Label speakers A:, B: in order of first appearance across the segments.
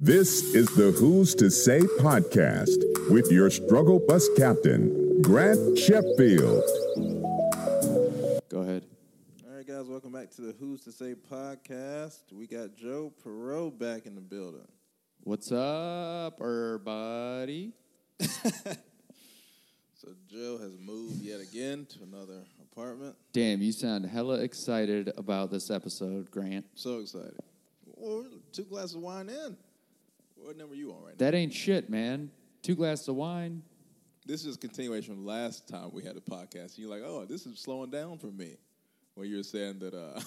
A: This is the Who's to Say podcast with your struggle bus captain, Grant Sheffield.
B: Go ahead.
C: All right, guys, welcome back to the Who's to Say podcast. We got Joe Perot back in the building.
B: What's up, everybody?
C: So Joe has moved yet again to another apartment.
B: Damn, you sound hella excited about this episode, Grant.
C: So excited. Well, we're two glasses of wine in. What number you on right now?
B: That ain't shit, man. Two glasses of wine.
C: This is a continuation from last time we had a podcast. You're like, oh, this is slowing down for me. When you were saying that uh,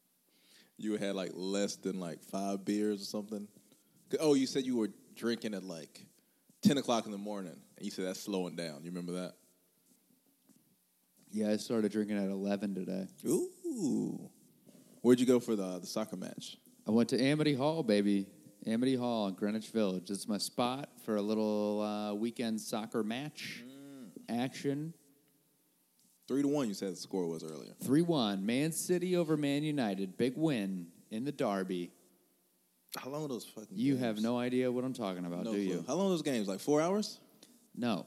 C: you had like less than like five beers or something. 'Cause- Oh, you said you were drinking at like 10 o'clock in the morning. And you said that's slowing down. You remember that?
B: Yeah, I started drinking at 11 today.
C: Ooh. Where'd you go for the the soccer match?
B: I went to Amity Hall, baby. Amity Hall in Greenwich Village. It's my spot for a little uh, weekend soccer match
C: Mm.
B: action.
C: Three to one, you said the score was earlier.
B: 3 1, Man City over Man United. Big win in the Derby.
C: How long are those fucking
B: You
C: games?
B: have no idea what I'm talking about,
C: No
B: do
C: clue.
B: you?
C: How long are those games? Like four hours?
B: No,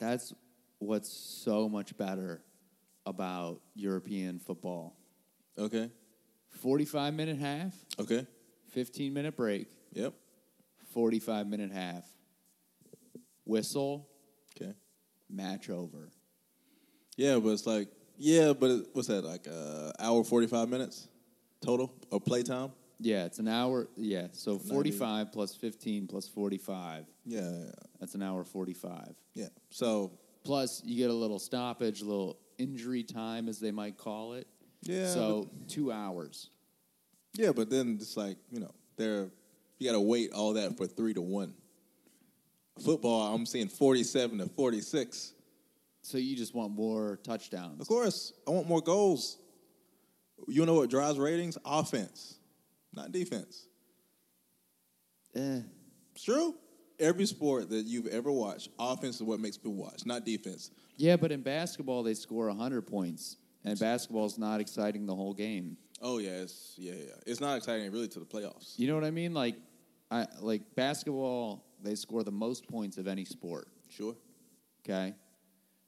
B: that's what's so much better about European football.
C: Okay.
B: 45 minute half,
C: Okay.
B: 15 minute break,
C: Yep.
B: 45 minute half. Whistle,
C: Okay.
B: match over.
C: Yeah, but it's like yeah, but it, what's that like? Uh, hour forty five minutes total of play time.
B: Yeah, it's an hour. Yeah, so 45 plus 15 plus 45.
C: Yeah, yeah,
B: That's an hour 45.
C: yeah. So
B: Plus, you get a little stoppage, a little injury time, as they might call it.
C: Yeah,
B: So, two hours.
C: yeah, but then it's like you know they're you got to wait all that for three to one. Football, I'm seeing forty seven to forty six.
B: So, you just want more touchdowns.
C: Of course, I want more goals. You know what drives ratings? Offense, not defense.
B: Eh.
C: It's true. Every sport that you've ever watched, offense is what makes people watch, not defense.
B: Yeah, but in basketball they score 100 points, and basketball's not exciting the whole game.
C: Oh yeah, it's yeah, yeah. It's not exciting really to the playoffs.
B: You know what I mean? Like I like basketball they score the most points of any sport,
C: Sure.
B: okay?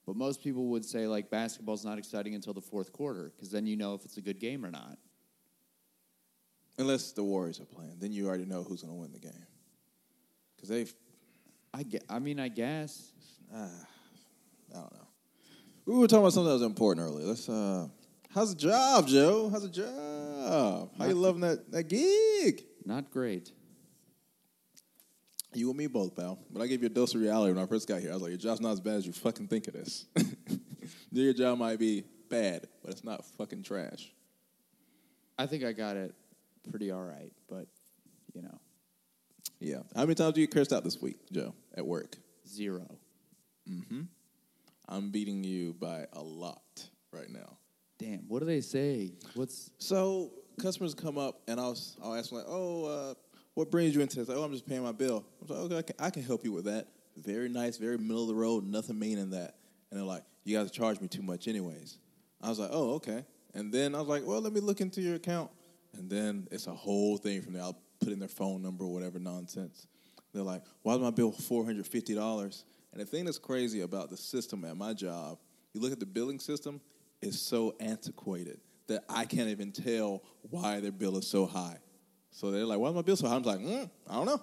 B: But most people would say like basketball's not exciting until the fourth quarter cuz then you know if it's a good game or not.
C: Unless the Warriors are playing, then you already know who's going to win the game. Because they,
B: I ge- I mean I guess
C: I don't know. We were talking about something that was important earlier. Let's. uh How's the job, Joe? How's the job? How you loving that that gig?
B: not great.
C: You and me both, pal. But I gave you a dose of reality when I first got here. I was like, your job's not as bad as you fucking think it is. your job might be bad, but it's not fucking trash.
B: I think I got it pretty all right, but you know,
C: Yeah. How many times do you get cursed out this week, Joe, at work?
B: zero.
C: I'm beating you by a lot right now.
B: Damn, what do they say? What's
C: So customers come up and I'll I'll ask them like, oh, uh, what brings you into this? Like, oh, I'm just paying my bill. I'm like, okay, I can, I can help you with that. Very nice, very middle of the road, nothing mean in that. And they're like, you guys charge me too much, anyways. I was like, oh, okay. And then I was like, well, let me look into your account. And then it's a whole thing from there. I'll put in their phone number or whatever nonsense. They're like, why is my bill four hundred fifty dollars? And the thing that's crazy about the system at my job, you look at the billing system, it's so antiquated that I can't even tell why their bill is so high. So they're like, why is my bill so high? I'm like, mm, I don't know.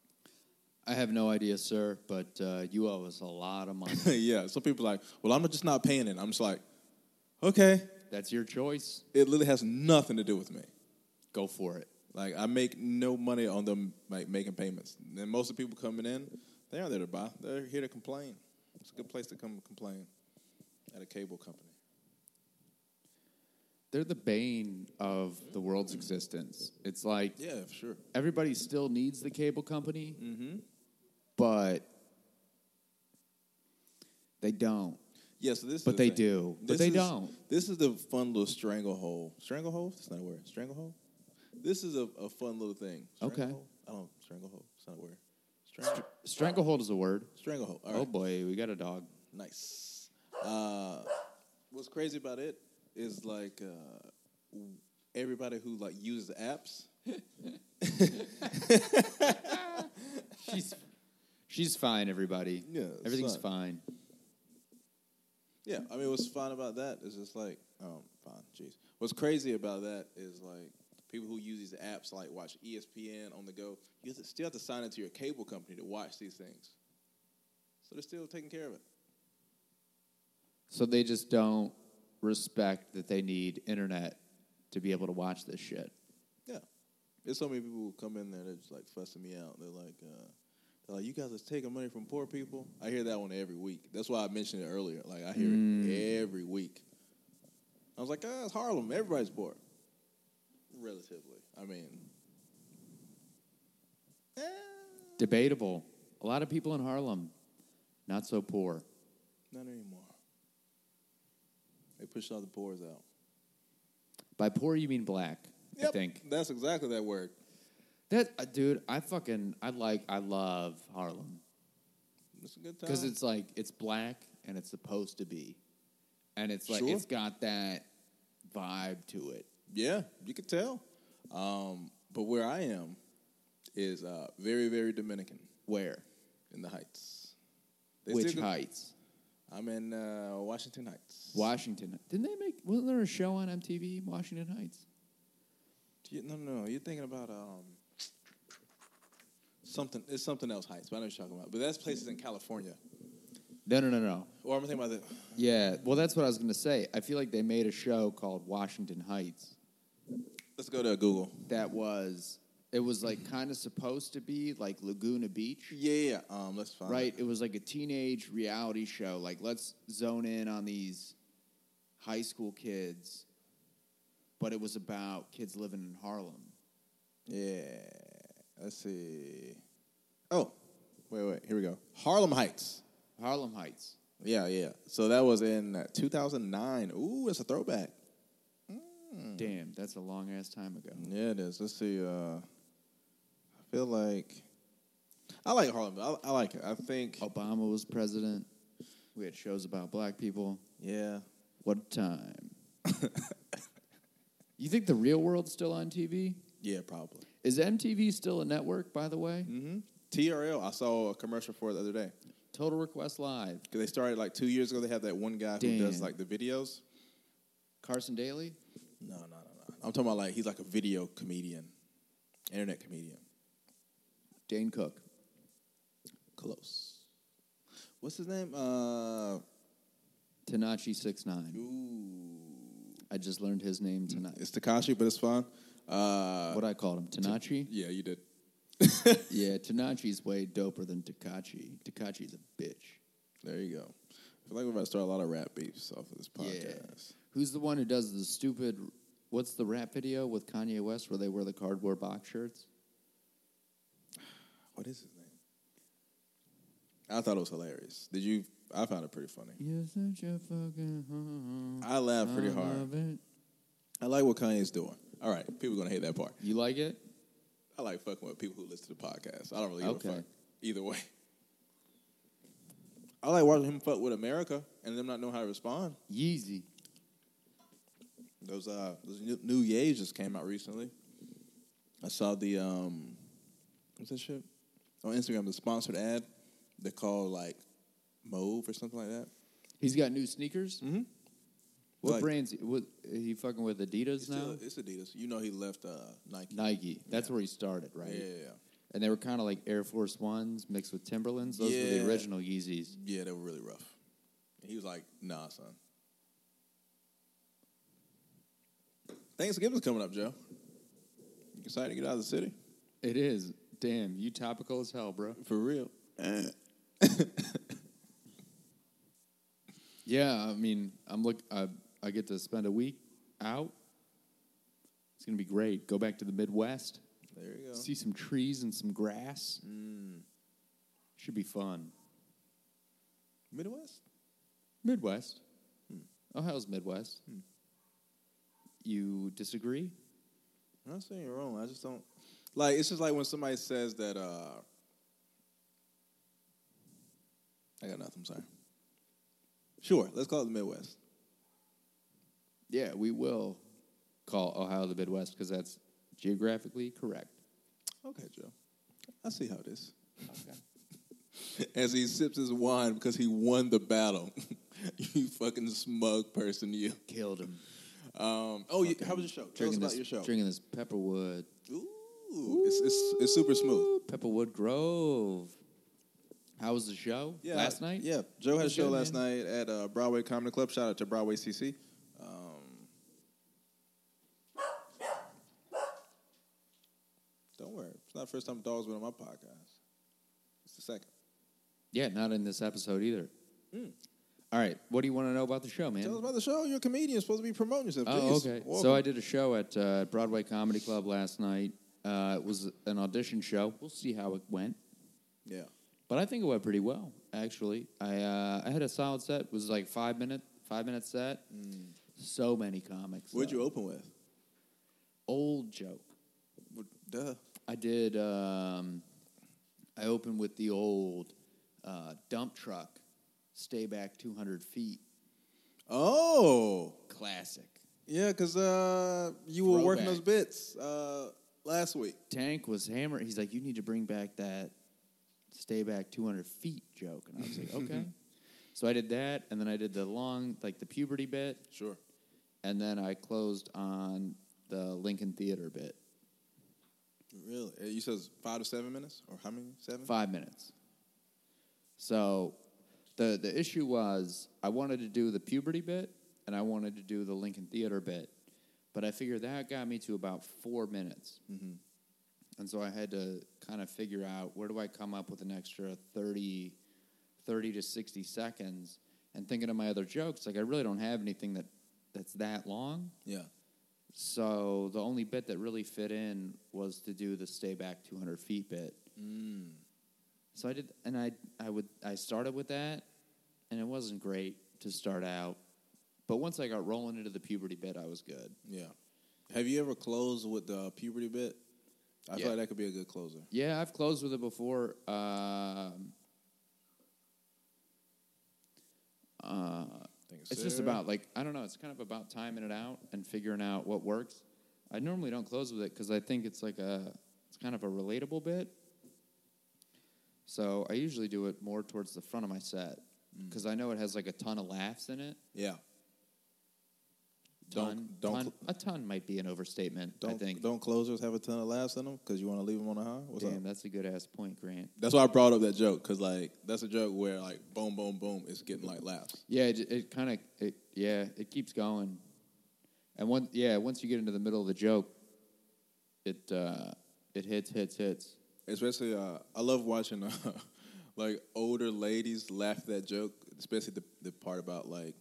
B: I have no idea, sir, but uh, you owe us a lot of money.
C: yeah. Some people are like, well, I'm just not paying it. I'm just like, okay.
B: That's your choice.
C: It literally has nothing to do with me.
B: Go for it.
C: Like I make no money on them like making payments. And most of the people coming in, they aren't there to buy. They're here to complain. It's a good place to come complain at a cable company.
B: They're the bane of the world's existence. It's like
C: Yeah, for sure.
B: everybody still needs the cable company,
C: Mm-hmm.
B: but they don't.
C: Yeah, so this
B: But
C: is the
B: they
C: thing.
B: do. But
C: This
B: they
C: is-
B: don't.
C: This is the fun little stranglehold. Stranglehold? That's not a word. Stranglehold? This is a, a fun little thing.
B: Okay.
C: Stranglehold? I don't stranglehold. It's not a word. Strang-
B: Stranglehold is a word.
C: stranglehold. All
B: Oh
C: right.
B: boy, we got a dog.
C: Nice. Uh, what's crazy about it is like uh, everybody who like uses apps
B: She's she's fine, everybody.
C: Yeah, it's
B: Everything's fine.
C: Yeah, I mean, what's fun about that is just like, um, fine, jeez. What's crazy about that is like people who use these apps like watch E ESPN on the go. You have to, still have to sign into your cable company to watch these things, so they're still taking care of it.
B: So they just don't respect that they need internet to be able to watch this shit.
C: Yeah, there's so many people who come in there. They're just like fussing me out. They're like, uh, they're like, you guys are taking money from poor people. I hear that one every week. That's why I mentioned it earlier. Like I hear
B: Mm.
C: it every week. I was like, ah, it's Harlem. Everybody's poor. Relatively, I mean. eh,
B: Debatable. A lot of people in Harlem, not so poor.
C: Not anymore. They pushed all the boars out.
B: By poor, you mean black, I think.
C: That's exactly that word.
B: That uh, dude, I fucking I like I love Harlem
C: It's a good time.
B: because it's like it's black and it's supposed to be, and it's like
C: Sure.
B: it's got that vibe to it.
C: yeah, you could tell. Um, but where I am is uh, very, very Dominican
B: Where
C: in the Heights. They
B: which
C: still-
B: heights?
C: I'm in uh, Washington Heights.
B: Washington. Didn't they make? Wasn't there a show on MTV? Washington Heights.
C: You, no, no, no. You're thinking about um, something. It's something else Heights, but I know what you're talking about. But that's places in California.
B: No, no, no, no.
C: Or I'm thinking about the.
B: Yeah. Well, that's what I was gonna say. I feel like they made a show called Washington Heights
C: Let's go to Google.
B: that was. It was like kind of supposed to be like Laguna Beach.
C: Yeah, yeah. yeah. Um, let's find.
B: right? It was like a teenage reality show. Like, let's zone in on these high school kids, but it was about kids living in Harlem.
C: Yeah. Let's see. Oh, wait, wait. Here we go. Harlem Heights.
B: Harlem Heights.
C: Yeah, yeah. So that was in uh, 2009. Ooh, that's a throwback.
B: Damn, that's a long ass time ago.
C: Yeah, it is. Let's see. Uh, I feel like I like Harlem. I, I like it. I think.
B: Obama was president. We had shows about black people.
C: Yeah.
B: What a time. you think the real world's still on TV?
C: Yeah, probably.
B: Is MTV still a network, by the way?
C: hmm TRL. I saw a commercial for it the other day.
B: Total Request Live.
C: 'Cause they started like two years ago. They had that one guy who does
B: Damn.
C: like the videos.
B: Carson Daly?
C: No, no, no, no. I'm talking about like he's like a video comedian, internet comedian.
B: Dane Cook.
C: Close. What's his name? Uh,
B: Tanachi Six Nine.
C: ooh,
B: I just learned his name tonight.
C: Mm, it's Takashi, but it's fine. Uh,
B: What I called him, Tanachi.
C: yeah, you did.
B: Yeah, Tanachi's way doper than Takachi. Takachi's a bitch.
C: There you go. I feel like we're about to start a lot of rap beefs off of this
B: Yeah.
C: podcast.
B: Who's the one who does the stupid? What's the rap video with Kanye West where they wear the cardboard box shirts?
C: What is his name? I thought it was hilarious. Did you? I found it pretty funny.
B: You're such a fucking.
C: I laughed pretty
B: Mm. I
C: hard.
B: love it.
C: I like what Kanye's doing. All right, people gonna hate that part.
B: You like it?
C: I like fucking with people who listen to the podcast. I don't really give
B: Okay.
C: a fuck either way. I like watching him fuck with America and them not knowing how to respond.
B: Yeezy.
C: Those uh, those new, new Ye's just came out recently. I saw the um, what's that shit on Instagram? The sponsored ad they call like Mauve or something like that.
B: He's got new sneakers. Mm-hmm. What
C: Like-
B: brands? What he fucking with Adidas
C: It's,
B: now?
C: still, it's Adidas. You know he left uh, Nike.
B: Nike. That's where he started,
C: Yeah,
B: right?
C: yeah, yeah,
B: And they were kind of like Air Force Ones mixed with Timberlands. Those were the
C: Yeah.
B: original Yeezys.
C: yeah. They were really rough. And he was like, "Nah, son." Thanksgiving's coming up, Joe. You excited to get out of the city?
B: It is. Damn, you topical as hell, bro.
C: For real.
B: Yeah, I mean, I'm look. I, I get to spend a week out. It's gonna be great. Go back to the Midwest,
C: There you go.
B: see some trees and some grass. Mm. Should be fun.
C: Midwest.
B: Midwest. Hmm. Ohio's Midwest. You disagree?
C: I'm not saying you're wrong. I just don't like. It's just like when somebody says that. uh I got nothing. I'm sorry. Sure, let's call it the Midwest.
B: Yeah, we will call Ohio the Midwest because that's geographically correct.
C: Okay, Joe. I see how it is. As he sips his wine because he won the battle. you fucking smug person, you.
B: Killed him.
C: Um, oh, you, how was your show? Tell us
B: Drinking
C: about
B: this,
C: your show.
B: Drinking this Pepperwood.
C: Ooh, it's, it's, it's super smooth.
B: Ooh, Pepperwood Grove. How was the show
C: Yeah,
B: last night?
C: Yeah, Joe had a
B: Good
C: show
B: show,
C: last night at uh, Broadway Comedy Club. Shout out to Broadway CC. Um, don't worry, it's not the first time dogs been on my podcast. It's the second.
B: Yeah, not in this episode either. All right, what do you want to know about the show, man?
C: Hmm. Tell us about the show. You're a comedian. You're supposed to be promoting yourself.
B: Oh,
C: Please,
B: okay.
C: welcome.
B: So I did a show at uh, Broadway Comedy Club last night. Uh, it was an audition show. We'll see how it went,
C: yeah.
B: but I think it went pretty well. Actually, I uh, I had a solid set. It was like five minute five minute set. So many comics.
C: What'd
B: though.
C: Hmm. you open with?
B: Old joke.
C: Duh.
B: I did. Um, I opened with the old uh, dump truck. Stay back two hundred feet.
C: Oh,
B: Classic.
C: yeah, because uh, you were working those
B: Throwback.
C: bits uh, last week.
B: Tank was hammered. He's like, you need to bring back that stay back 200 feet joke. And I was like, okay. So I did that, and then I did the long, like the puberty bit,
C: Sure.
B: and then I closed on the Lincoln Theater bit.
C: Really? Uh, You said it's five to seven minutes, or how many? Seven.
B: Five minutes. So the, the issue was I wanted to do the puberty bit, and I wanted to do the Lincoln Theater bit, but I figured that got me to about four minutes. And so I had to kind of figure out where do I come up with an extra 30, 30 to 60 seconds. And thinking of my other jokes, like I really don't have anything that, that's that long.
C: Yeah.
B: So the only bit that really fit in was to do the stay back 200 feet bit. Mm. So I did, and I I would I started with that, and it wasn't great to start out, but once I got rolling into the puberty bit, I was good.
C: Yeah. Have you ever closed with the puberty bit? I
B: Yeah.
C: feel like that could be a good closer.
B: Yeah, I've closed with it before. Um, uh,
C: Thank you,
B: it's just
C: sir.
B: about like I don't know. It's kind of about timing it out and figuring out what works. I normally don't close with it because I think it's like a it's kind of a relatable bit. So I usually do it more towards the front of my set
C: Mm.
B: because I know it has like a ton of laughs in it.
C: Yeah.
B: Ton,
C: Don't don't
B: ton- a ton might be an overstatement.
C: don't
B: I think.
C: don't closers have a ton of laughs in them because you want to leave them on a high. What's
B: Damn,
C: up?
B: that's a good ass point, Grant.
C: That's why I brought up that joke because like that's a joke where like boom boom boom it's getting like laughs.
B: Yeah, it, it kind of it yeah it keeps going, and once yeah once you get into the middle of the joke, it uh, it hits hits hits.
C: Especially uh, I love watching uh, like older ladies laugh at that joke, especially the the part about like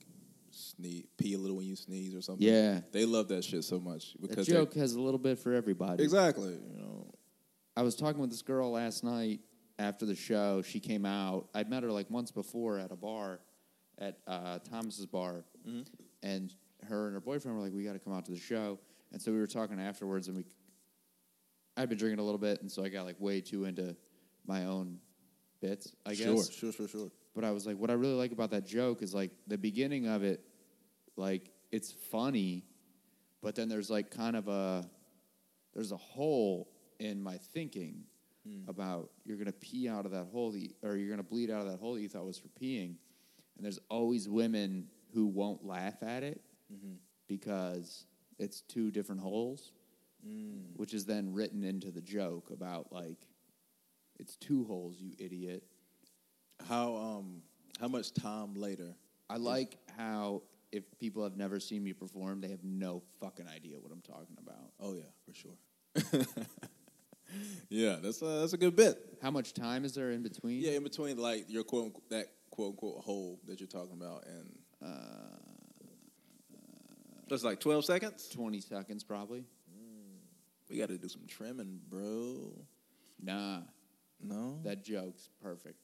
C: sneeze pee a little when you sneeze or something.
B: Yeah.
C: they love that shit so much
B: The
C: because they-
B: joke has a little bit for everybody.
C: exactly you know
B: I was talking with this girl last night after the show. She came out. I'd met her like once before at a bar, at uh, Thomas's bar,
C: Mm-hmm.
B: and her and her boyfriend were like, "We got to come out to the show." And so we were talking afterwards, and we, I'd been drinking a little bit, and so I got like way too into my own bits, I guess.
C: sure sure sure sure
B: But I was like, what I really like about that joke is like the beginning of it, like it's funny, but then there's like kind of a there's a hole in my thinking about you're gonna pee out of that hole that you- or you're gonna bleed out of that hole that you thought was for peeing, and there's always women who won't laugh at it because it's two different holes, which is then written into the joke about like it's two holes, you idiot.
C: How um how much time later?
B: I like how if people have never seen me perform, they have no fucking idea what I'm talking about.
C: Oh yeah, for sure. yeah, that's a, that's a good bit.
B: How much time is there in between?
C: Yeah, in between like your quote unquote, that quote unquote hole that you're talking about and uh, that's like twelve seconds.
B: 20 seconds probably.
C: We got to do some trimming, bro.
B: Nah,
C: No,
B: that joke's perfect.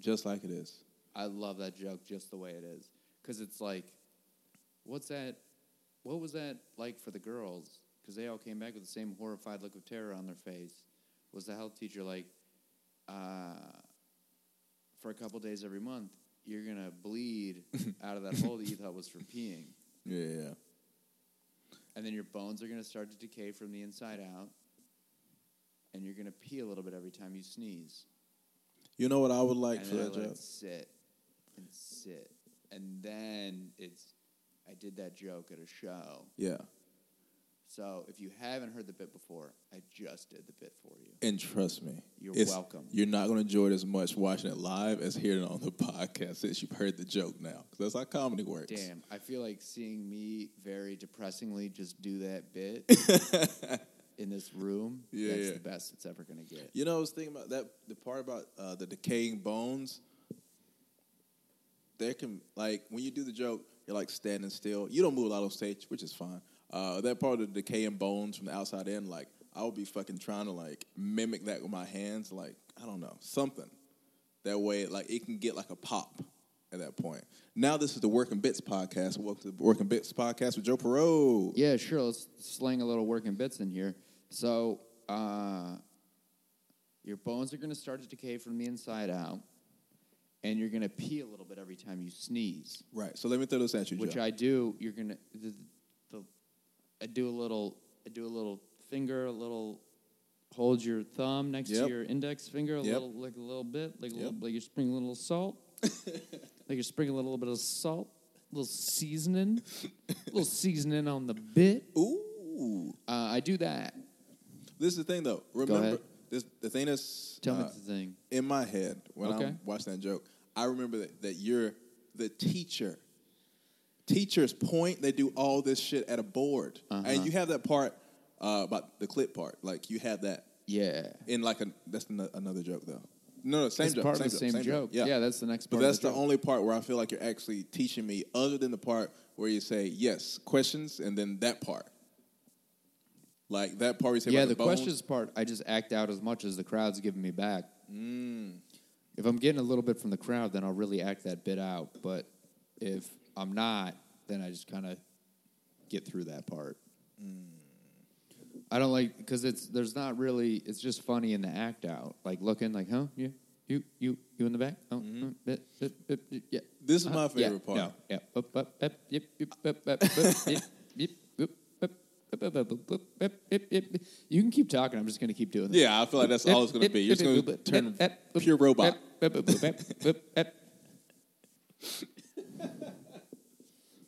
C: just like it is.
B: I love that joke just the way it is cuz it's like what's that what was that like for the girls cuz they all came back with the same horrified look of terror on their face. Was the health teacher like uh for a couple days every month, you're going to bleed out of that hole that you thought was for peeing.
C: Yeah, yeah.
B: and then your bones are going to start to decay from the inside out, and you're going to pee a little bit every time you sneeze.
C: You know what I would like
B: and
C: for
B: then I
C: that
B: let
C: job?
B: it sit and sit, and then it's. I did that joke at a show.
C: Yeah.
B: So if you haven't heard the bit before, I just did the bit for you.
C: And trust me,
B: You're
C: it's-
B: welcome.
C: You're not going to enjoy it as much watching it live as hearing it on the podcast since you've heard the joke now. 'Cause that's how comedy works.
B: Damn, I feel like seeing me very depressingly just do that bit in this room.
C: Yeah,
B: that's
C: yeah.
B: the best it's ever gonna get.
C: You know, I was thinking about that. The part about uh, the decaying bones. There can like when you do the joke, you're like standing still. You don't move a lot on stage, which is fine. Uh, that part of the decaying bones from the outside in, like I would be fucking trying to like mimic that with my hands, like I don't know something. That way, like it can get like a pop at that point. Now this is the Working Bits podcast. Welcome to the Working Bits podcast with Joe Perot.
B: Yeah, sure. Let's slang a little working bits in here. So, uh, your bones are going to start to decay from the inside out, and you're going to pee a little bit every time you sneeze,
C: Right. So let me throw this at you,
B: which
C: Joe.
B: I do. You're going to the, the I do a little I do a little finger, a little hold your thumb next
C: Yep.
B: to your index finger, a
C: Yep.
B: little like a little bit, like a little,
C: Yep.
B: like you're sprinkling a little salt, like you're sprinkling a little bit of salt, a little seasoning, a little seasoning on the bit.
C: Ooh.
B: Uh, I do that.
C: This is the thing, though. Remember,
B: ahead.
C: this the thing that's
B: Tell me
C: uh,
B: the thing.
C: in my head when
B: Okay.
C: I'm watching that joke. I remember that, that you're the teacher. Teachers point. They do all this shit at a board,
B: Uh-huh.
C: and you have that part uh, about the clip part. Like you have that
B: Yeah.
C: in like a that's ano- another joke though. No, no, same
B: It's
C: joke.
B: part of
C: same
B: the same joke.
C: Yeah.
B: Yeah, that's the next
C: But
B: part of
C: that's
B: the
C: the,
B: joke.
C: only part where I feel like you're actually teaching me, other than the part where you say yes questions, and then that part. Like that part, where you say
B: Yeah,
C: about
B: the
C: bones.
B: questions part, I just act out as much as the crowd's giving me back.
C: Mm.
B: If I'm getting a little bit from the crowd, then I'll really act that bit out. But if I'm not, then I just kind of get through that part.
C: Mm.
B: I don't like because it's there's not really it's just funny in the act out like looking like huh yeah you you you in the back oh
C: Mm-hmm.
B: uh, bit, bit, bit, bit, yeah
C: This is my
B: Uh, yeah,
C: favorite part.
B: no, yeah. Up, up, up, yip, yip, up, up, up, yip, yip, up, up, up, up, up, up, up, yip, yip. You can keep talking. I'm just going to keep doing this.
C: Yeah, I feel like that's all it's going to be. You're just going to turn pure robot.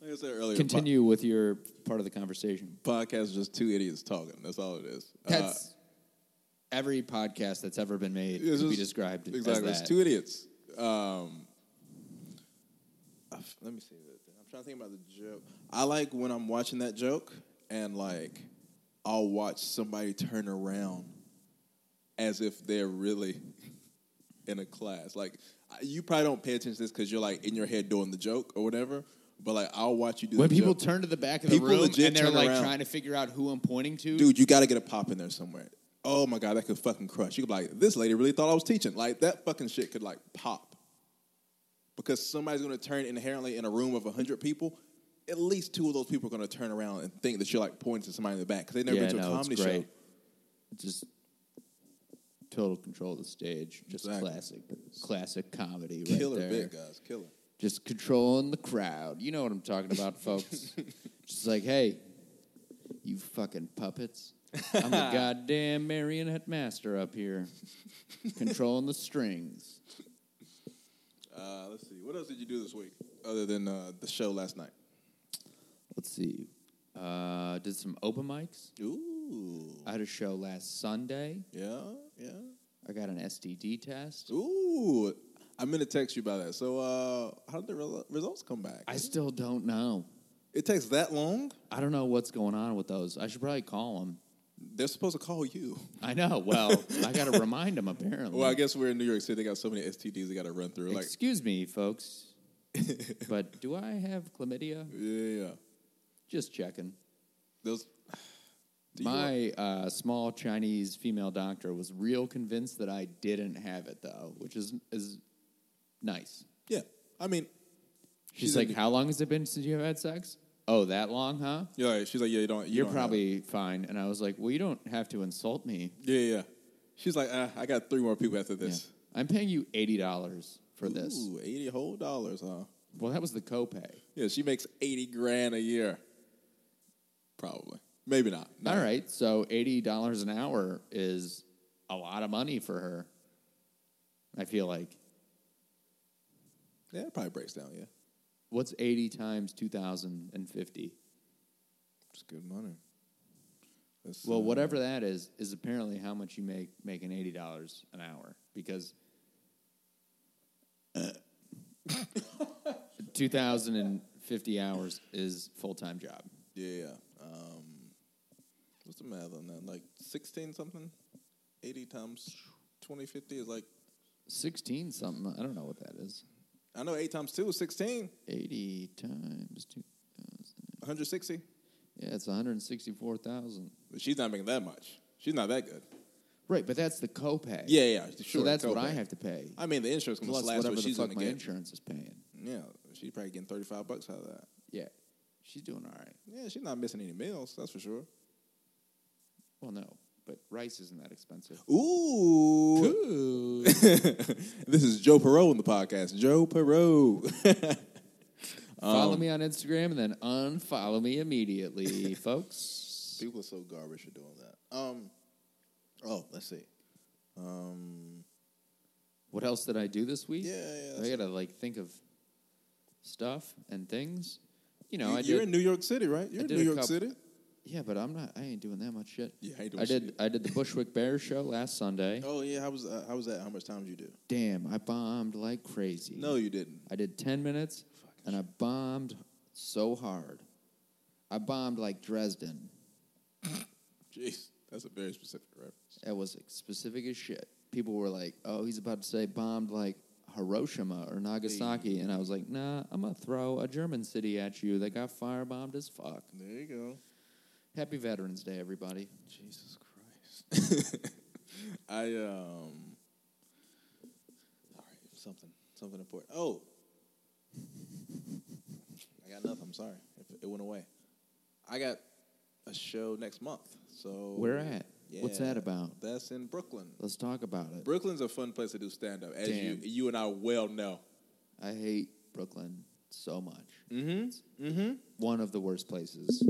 C: Like I said earlier,
B: Continue with your part of the conversation.
C: po- podcast is just two idiots talking. That's all it is. Uh,
B: That's every podcast that's ever been made
C: it's
B: could be
C: just-
B: described
C: exactly.
B: as
C: It's
B: that.
C: two idiots. Um, I f- let me see that. Thing. I'm trying to think about the joke. I like when I'm watching that joke and like I'll watch somebody turn around as if they're really in a class. Like I- you probably don't pay attention to this because you're like in your head doing the joke or whatever. But like I'll watch you do
B: when
C: the
B: people
C: joke.
B: turn to the back of the
C: People
B: room
C: legit
B: and they're
C: turn
B: like
C: around.
B: trying to figure out who I'm pointing to,
C: dude, you got to get a pop in there somewhere. Oh my god, that could fucking crush. You could be like, this lady really thought I was teaching. Like that fucking shit could like pop because somebody's going to turn inherently in a room of hundred people. At least two of those people are going to turn around and think that you're like pointing to somebody in the back because they've never
B: yeah,
C: been to a
B: no,
C: comedy
B: it's
C: show.
B: great. Just total control of the stage. Just
C: Exactly.
B: classic, classic comedy right
C: Killer
B: there.
C: bit, guys, killer.
B: Just controlling the crowd. You know what I'm talking about, folks. just like, hey, you fucking puppets. I'm the goddamn marionette master up here, controlling the strings.
C: Uh, let's see, what else did you do this week other than uh, the show last night?
B: Let's see. Uh, did some open mics.
C: Ooh,
B: I had a show last Sunday.
C: yeah, yeah.
B: I got an STD test.
C: Ooh, I'm gonna text you about that. So, uh, how did the re- results come back?
B: I still don't know.
C: it takes that long.
B: I don't know what's going on with those. I should probably call them.
C: They're supposed to call you.
B: I know. Well, I got to remind them apparently.
C: Well, I guess we're in New York City. They got so many STDs they got to run through. Like,
B: Excuse me, folks. but do I have chlamydia?
C: yeah, yeah.
B: Just checking.
C: Those. Do you want-
B: My uh, small Chinese female doctor was real convinced that I didn't have it though, which is is nice.
C: yeah. I mean,
B: She's,
C: She's
B: like,
C: in-
B: "How long has it been since you have had sex?" Oh, that long, huh?
C: yeah. all right. She's like, yeah, you don't. You
B: You're
C: don't have it.
B: probably fine. And I was like, "Well, you don't have to insult me.
C: Yeah, yeah. yeah. She's like, ah, I got three more people after this.
B: Yeah. I'm paying you eighty dollars for this."
C: Ooh, eighty whole dollars, huh?
B: Well, that was the copay.
C: Yeah, she makes eighty grand a year. probably. Maybe not. No.
B: All right, so eighty dollars an hour is a lot of money for her. I feel like
C: Yeah, it probably breaks down. Yeah,
B: what's eighty times two thousand and fifty?
C: it's good money. That's,
B: Well,
C: uh,
B: whatever that is, is apparently how much you make making eighty dollars an hour because two thousand and fifty hours is full time job.
C: Yeah. Um, what's the math on that? Like sixteen something. Eighty times twenty fifty is like
B: Sixteen something. I don't know what that is.
C: I know eight times two is sixteen.
B: Eighty times two thousand.
C: One hundred sixty.
B: Yeah, it's one hundred sixty four thousand.
C: But she's not making that much. She's not that good.
B: Right, but that's the copay.
C: Yeah, yeah. Sure.
B: So that's what
C: copay.
B: I have to pay.
C: I mean, the insurance comes
B: Plus
C: last,
B: whatever
C: but
B: the
C: she's
B: fuck
C: gonna
B: my
C: get.
B: insurance is paying.
C: Yeah, she's probably getting thirty five bucks out of that.
B: Yeah, she's doing all right.
C: Yeah, she's not missing any meals. That's for sure.
B: Well, no, but rice isn't that expensive.
C: Ooh. this is Joe Perot on the podcast. Joe Perot. Um,
B: Follow me on Instagram and then unfollow me immediately, folks.
C: People are so garbage for doing that. Um, oh, let's see. Um,
B: What else did I do this week?
C: Yeah, yeah,
B: I
C: that's-
B: gotta like think of stuff and things. You know,
C: you,
B: I
C: are
B: did.
C: in New York City, right? You're in
B: did
C: New
B: a
C: York
B: couple-
C: City.
B: yeah, but I'm not. I ain't doing that much shit.
C: Yeah, I ain't doing
B: I did.
C: shit.
B: I did the Bushwick Bears show last Sunday.
C: Oh yeah, how was uh, how was that? How much time did you do?
B: Damn, I bombed like crazy.
C: No, you didn't.
B: I did 10 minutes and I bombed so hard. I bombed like Dresden.
C: Jeez, that's a very specific reference.
B: It was like, specific as shit. People were like, oh, he's about to say bombed like Hiroshima or Nagasaki. And I was like, nah, I'm going to throw a German city at you that got firebombed as fuck.
C: There you go.
B: Happy Veterans Day, everybody.
C: Jesus Christ. I um. All right, something, something important. Oh, I got nothing. I'm sorry, it, it went away. I got a show next month. So
B: Where at? What's that
C: Yeah,
B: about?
C: That's in Brooklyn.
B: Let's talk about it.
C: Brooklyn's a fun place to do stand up, as you
B: Damn.
C: you and I well know.
B: I hate Brooklyn so much.
C: Mm-hmm. Mm-hmm.
B: One of the worst places.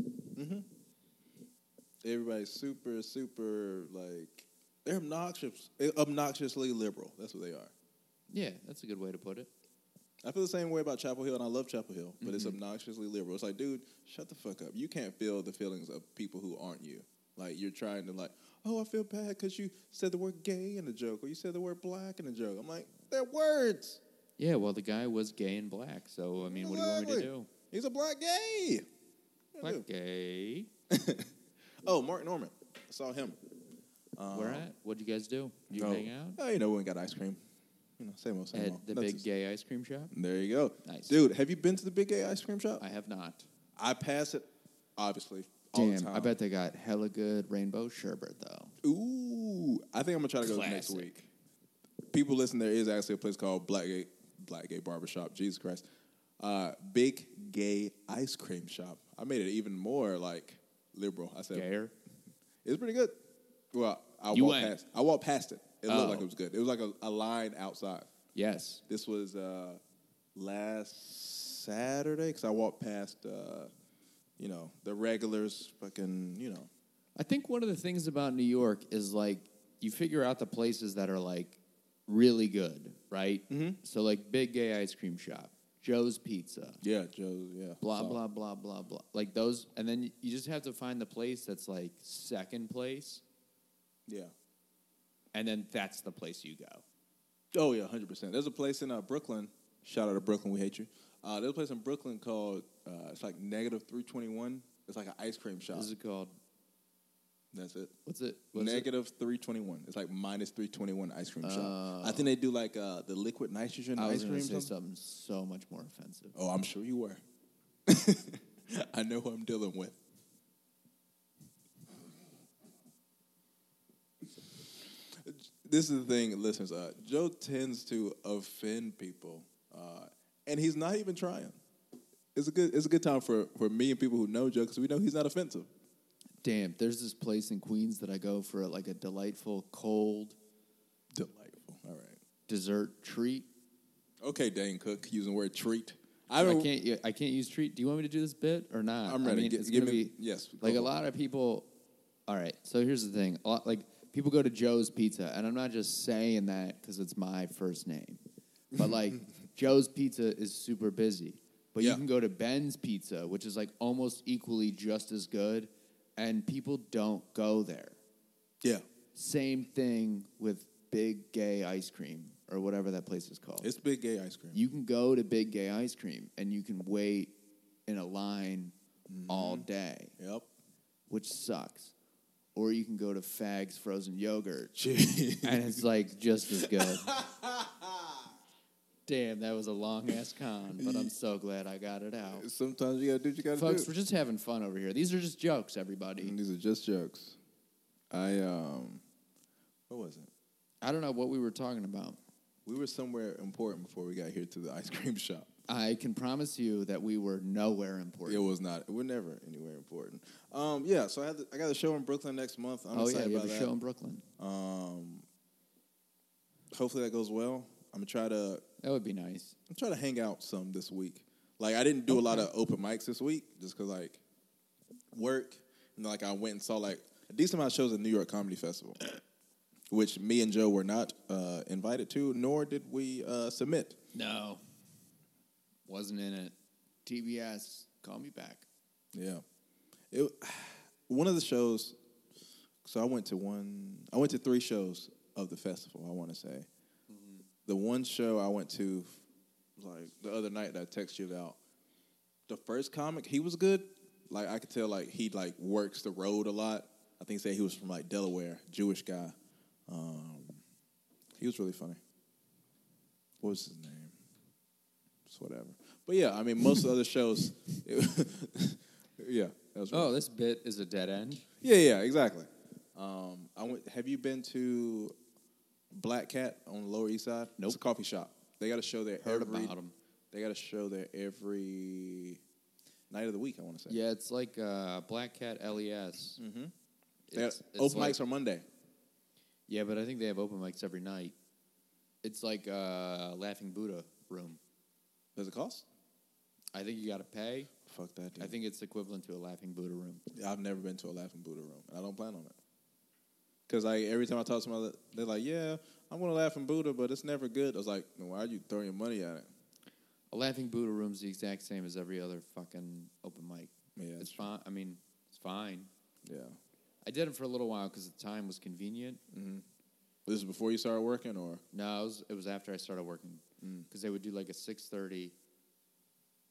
C: Everybody's super, super like they're obnoxious, obnoxiously liberal. That's what they are.
B: Yeah, that's a good way to put it.
C: I feel the same way about Chapel Hill, and I love Chapel Hill, but it's
B: Mm-hmm.
C: obnoxiously liberal. It's like, dude, shut the fuck up. You can't feel the feelings of people who aren't you. Like you're trying to like, oh, I feel bad because you said the word gay in a joke, or you said the word black in a joke. I'm like, they're words.
B: Yeah, well, the guy was gay and black, so I mean, what do you want me to do?
C: He's a black gay. What do I
B: Black gay.
C: do? oh, Mark Norman, I saw him. Um,
B: Where at? What'd you guys do? You
C: oh,
B: hang out
C: Oh, you know, we went and got ice cream. You know, same old, same
B: at
C: old.
B: the
C: Nothing-
B: big gay ice cream shop?
C: There you go,
B: Nice.
C: dude. Have you been to the big gay ice cream shop?
B: I have not.
C: I, pass it, obviously. all the
B: Damn,
C: time.
B: I bet they got hella good rainbow sherbet though.
C: Ooh, I think I'm gonna try to go next
B: Classic.
C: week. People listen, there is actually a place called Black Gay Black Gay Barbershop. Jesus Christ, uh, Big Gay Ice Cream Shop. I made it even more like liberal. I said
B: Gayer.
C: it's pretty good. Well, I
B: You
C: walked
B: went.
C: past. I walked past it. It
B: Oh.
C: looked like it was good. It was like a, a line outside.
B: Yes.
C: This was uh, last Saturday because I walked past, uh, you know, the regulars. Fucking, you know,
B: I think one of the things about New York is like you figure out the places that are like really good, right? Mm-hmm. So like big gay ice cream shop, Joe's Pizza,
C: yeah, Joe, yeah,
B: blah
C: So-
B: blah blah blah blah. Like those, and then you just have to find the place that's like second place,
C: yeah.
B: and then that's the place you go.
C: Oh yeah, hundred percent. There's a place in uh, Brooklyn. Shout out to Brooklyn, we hate you. Uh, there's a place in Brooklyn called uh, it's like negative three twenty one. It's like an ice cream shop.
B: This is it called?
C: That's it.
B: What's it? What's it?
C: Negative three twenty one. It's like minus three twenty one ice cream shop. I think they do like uh, the liquid nitrogen
B: I
C: ice
B: was
C: cream.
B: going to say something
C: something.
B: so much more offensive.
C: Oh, I'm sure you were. I know who I'm dealing with. This is the thing, listeners. Uh, Joe tends to offend people, uh, and he's not even trying. It's a good, it's a good time for, for me and people who know Joe because we know he's not offensive.
B: Damn, there's this place in Queens that I go for like a delightful cold
C: Delightful. All right.
B: dessert treat.
C: Okay, Dane Cook, using the word treat. I I
B: I,
C: don't-
B: can't. u- I can't use treat. Do you want me to do this bit or not?
C: I'm
B: I
C: ready.
B: mean,
C: Gi-
B: it's
C: give
B: gonna
C: me-
B: be-
C: yes, go
B: Like
C: for
B: a
C: it.
B: lot of people. All right. So here's the thing. A lot, like people go to Joe's Pizza, and I'm not just saying that because it's my first name, but like Joe's Pizza is super busy. But
C: Yeah.
B: you can go to Ben's Pizza, which is like almost equally just as good, and people don't go there.
C: Yeah,
B: Same thing with Big Gay Ice Cream or whatever that place is called
C: it's big gay ice cream.
B: you can go to Big Gay Ice Cream and you can wait in a line all day,
C: yep.
B: which sucks. Or you can go to Fag's Frozen Yogurt
C: Jeez.
B: and it's like just as good. Damn, that was a long ass con, but I'm so glad I got it out.
C: Sometimes you gotta do what you gotta
B: Folks,
C: do.
B: we're just having fun over here. These are just jokes, everybody.
C: And these are just jokes. I um, what was it?
B: I don't know what we were talking about.
C: We were somewhere important before we got here to the ice cream shop.
B: I can promise you that we were nowhere important.
C: It was not. We're never anywhere important. Um, yeah. So I had the, I got a show in Brooklyn next month. I'm
B: oh yeah,
C: excited
B: you
C: about
B: have a
C: that.
B: show in Brooklyn.
C: Um, hopefully that goes well. I'm gonna try to
B: That would be nice.
C: I'm trying to hang out some this week. Like I didn't do a lot of open mics this week just because like work and like I went and saw like a decent amount of shows at New York Comedy Festival, which me and Joe were not uh, invited to, nor did we uh, submit.
B: No. Wasn't in it. TBS, call me back.
C: Yeah, it one of the shows. So I went to one. I went to three shows of the festival. I want to say the one show I went to, like the other night that I texted you about. The first comic, he was good. Like I could tell, like he like works the road a lot. I think he said he was from like Delaware, Jewish guy. Um, he was really funny. What was his name? It's whatever. But yeah, I mean, most of the other shows, it- yeah, that was
B: Oh, this bit is a dead end.
C: yeah, yeah, exactly. Um, I went. Have you been to Black Cat on the Lower East Side? No, It's a coffee shop. They got a show there
B: Heard
C: every.
B: about 'em.
C: They got a show there every night of the week. I want to say.
B: Yeah, it's like uh, Black Cat LES. Mm-hmm.
C: They got, open mics on Monday.
B: Yeah, but I think they have open mics every night. It's like uh, Laughing Buddha room.
C: Does it cost?
B: I think you got to pay.
C: Fuck that. Dude.
B: I think it's equivalent to a Laughing Buddha room.
C: I've never been to a Laughing Buddha room, and I don't plan on it. Cause like every time I talk to somebody, they're like, "Yeah, I'm gonna Laughing Buddha, but it's never good." I was like, "Then "Why are you throwing your money at it?"
B: A Laughing Buddha room's the exact same as every other fucking open mic.
C: Yeah, that's
B: it's
C: true.
B: fine. I mean, it's fine.
C: Yeah.
B: I did it for a little while because the time was convenient.
C: This is before you started working, or
B: No, it was, it was after I started working because they would do like a six thirty.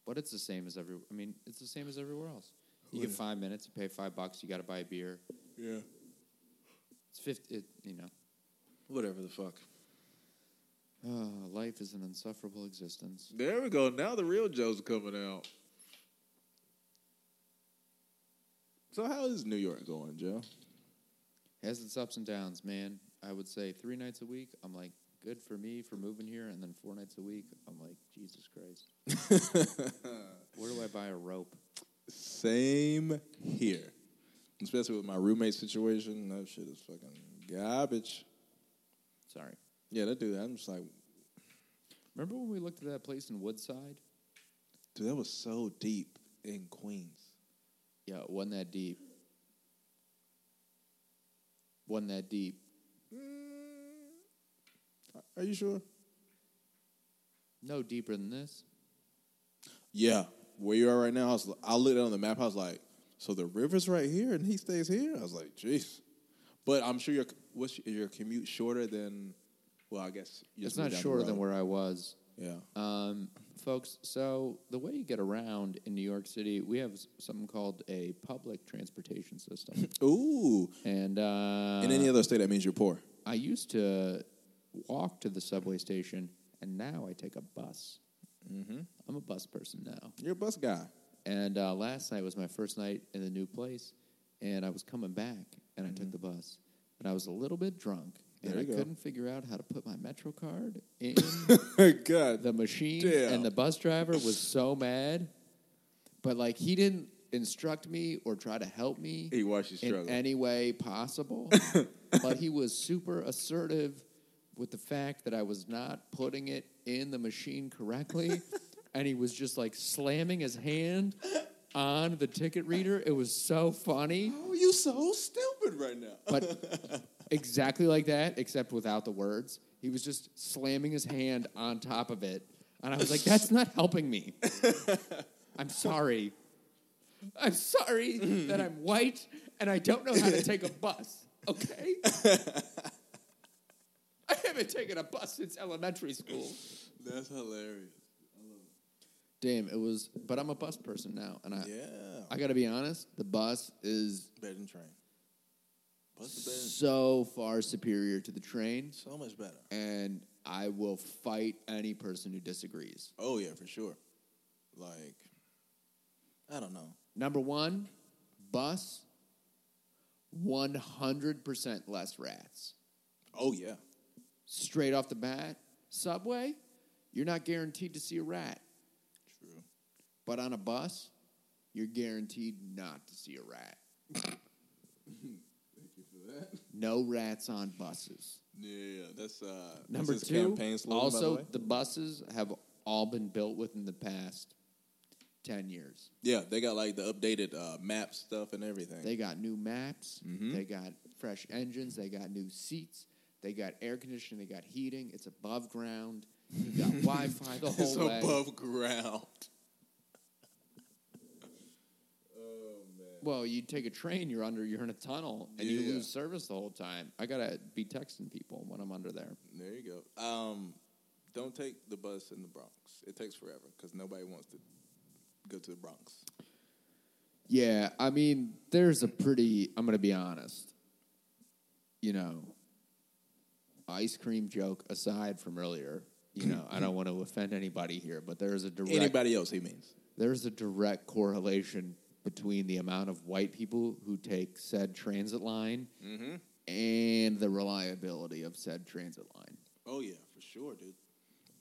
B: But it's the same as every. I mean, it's the same as everywhere else. You get five minutes. You pay five bucks. You got to buy a beer.
C: yeah,
B: It's fifty. It, you know,
C: whatever the fuck.
B: Ah, life is an insufferable existence.
C: There we go. Now the real Joe's coming out. So how is New York going, Joe?
B: Has its ups and downs, man. I would say three nights a week. I'm like, good for me for moving here, and then four nights a week. I'm like, Jesus Christ. Where do I buy a rope?
C: Same here. Especially with my roommate situation. That shit is fucking garbage.
B: Sorry.
C: Yeah, that dude, I'm just like,
B: Remember when we looked at that place in Woodside?
C: dude, that was so deep in Queens.
B: Yeah, it wasn't that deep. Wasn't that deep.
C: Are you sure?
B: No deeper than this.
C: Yeah. Where you are right now, I, was, I looked on the map, I was like, so the river's right here and he stays here? I was like, jeez. But I'm sure your, what's your, your commute shorter than, well, I guess. you
B: It's
C: just
B: not
C: moved down the
B: shorter than
C: road.
B: where I was.
C: Yeah.
B: Um, folks, so the way you get around in New York City, we have s- something called a public transportation system.
C: Ooh.
B: and uh,
C: In any other state, that means you're poor.
B: I used to walk to the subway station, and now I take a bus. Mm-hmm. I'm a bus person now.
C: You're a bus guy.
B: And uh, last night was my first night in the new place, and I was coming back, and I took the bus, and I was a little bit drunk, and
C: Mm-hmm. There
B: I
C: you go.
B: couldn't figure out how to put my Metro card in
C: God.
B: the machine,
C: Damn.
B: and the bus driver was so mad, but like he didn't instruct me or try to help me
C: He watched you
B: in
C: struggle.
B: any way possible, but he was super assertive with the fact that I was not putting it in the machine correctly. and he was just like slamming his hand on the ticket reader. It was so funny,
C: How are you so stupid right now?
B: but exactly like that, except without the words. He was just slamming his hand on top of it, and I was like, "That's not helping me." I'm sorry. I'm sorry that I'm white and I don't know how to take a bus. Okay. I haven't taken a bus since elementary school.
C: That's hilarious.
B: Damn, it was. But I'm a bus person now, and I
C: Yeah.
B: I gotta be honest. The bus is
C: Better than train. Bus is
B: so far superior to the train,
C: better. So much better.
B: and I will fight any person who disagrees.
C: Oh yeah, for sure. Like, I don't know.
B: Number one, bus. One hundred percent less rats.
C: Oh yeah.
B: Straight off the bat, subway, you're not guaranteed to see a rat,
C: True.
B: but on a bus, you're guaranteed not to see a rat.
C: Thank you for that.
B: No rats on buses.
C: Yeah, that's uh. that's
B: Number
C: his
B: two,
C: campaign slogan, by the
B: also
C: way.
B: the, buses have all been built within the past ten years.
C: yeah, they got like the updated uh, map stuff and everything.
B: They got new maps, they got fresh engines, they got new seats, they got air conditioning, they got heating. It's above ground. You got Wi-Fi the whole
C: it's
B: way.
C: above ground.
B: Well, you take a train, you're under, you're in a tunnel, and
C: Yeah.
B: you lose service the whole time. I gotta be texting people when I'm under there.
C: There you go. Um, don't take the bus in the Bronx. It takes forever because nobody wants to go to the Bronx.
B: Yeah, I mean, there's a pretty, I'm going to be honest, you know, ice cream joke aside from earlier, you know, I don't want to offend anybody here, but there's a direct
C: Anybody else? He means.
B: there's a direct correlation between the amount of white people who take said transit line and the reliability of said transit line.
C: Oh yeah, for sure, dude.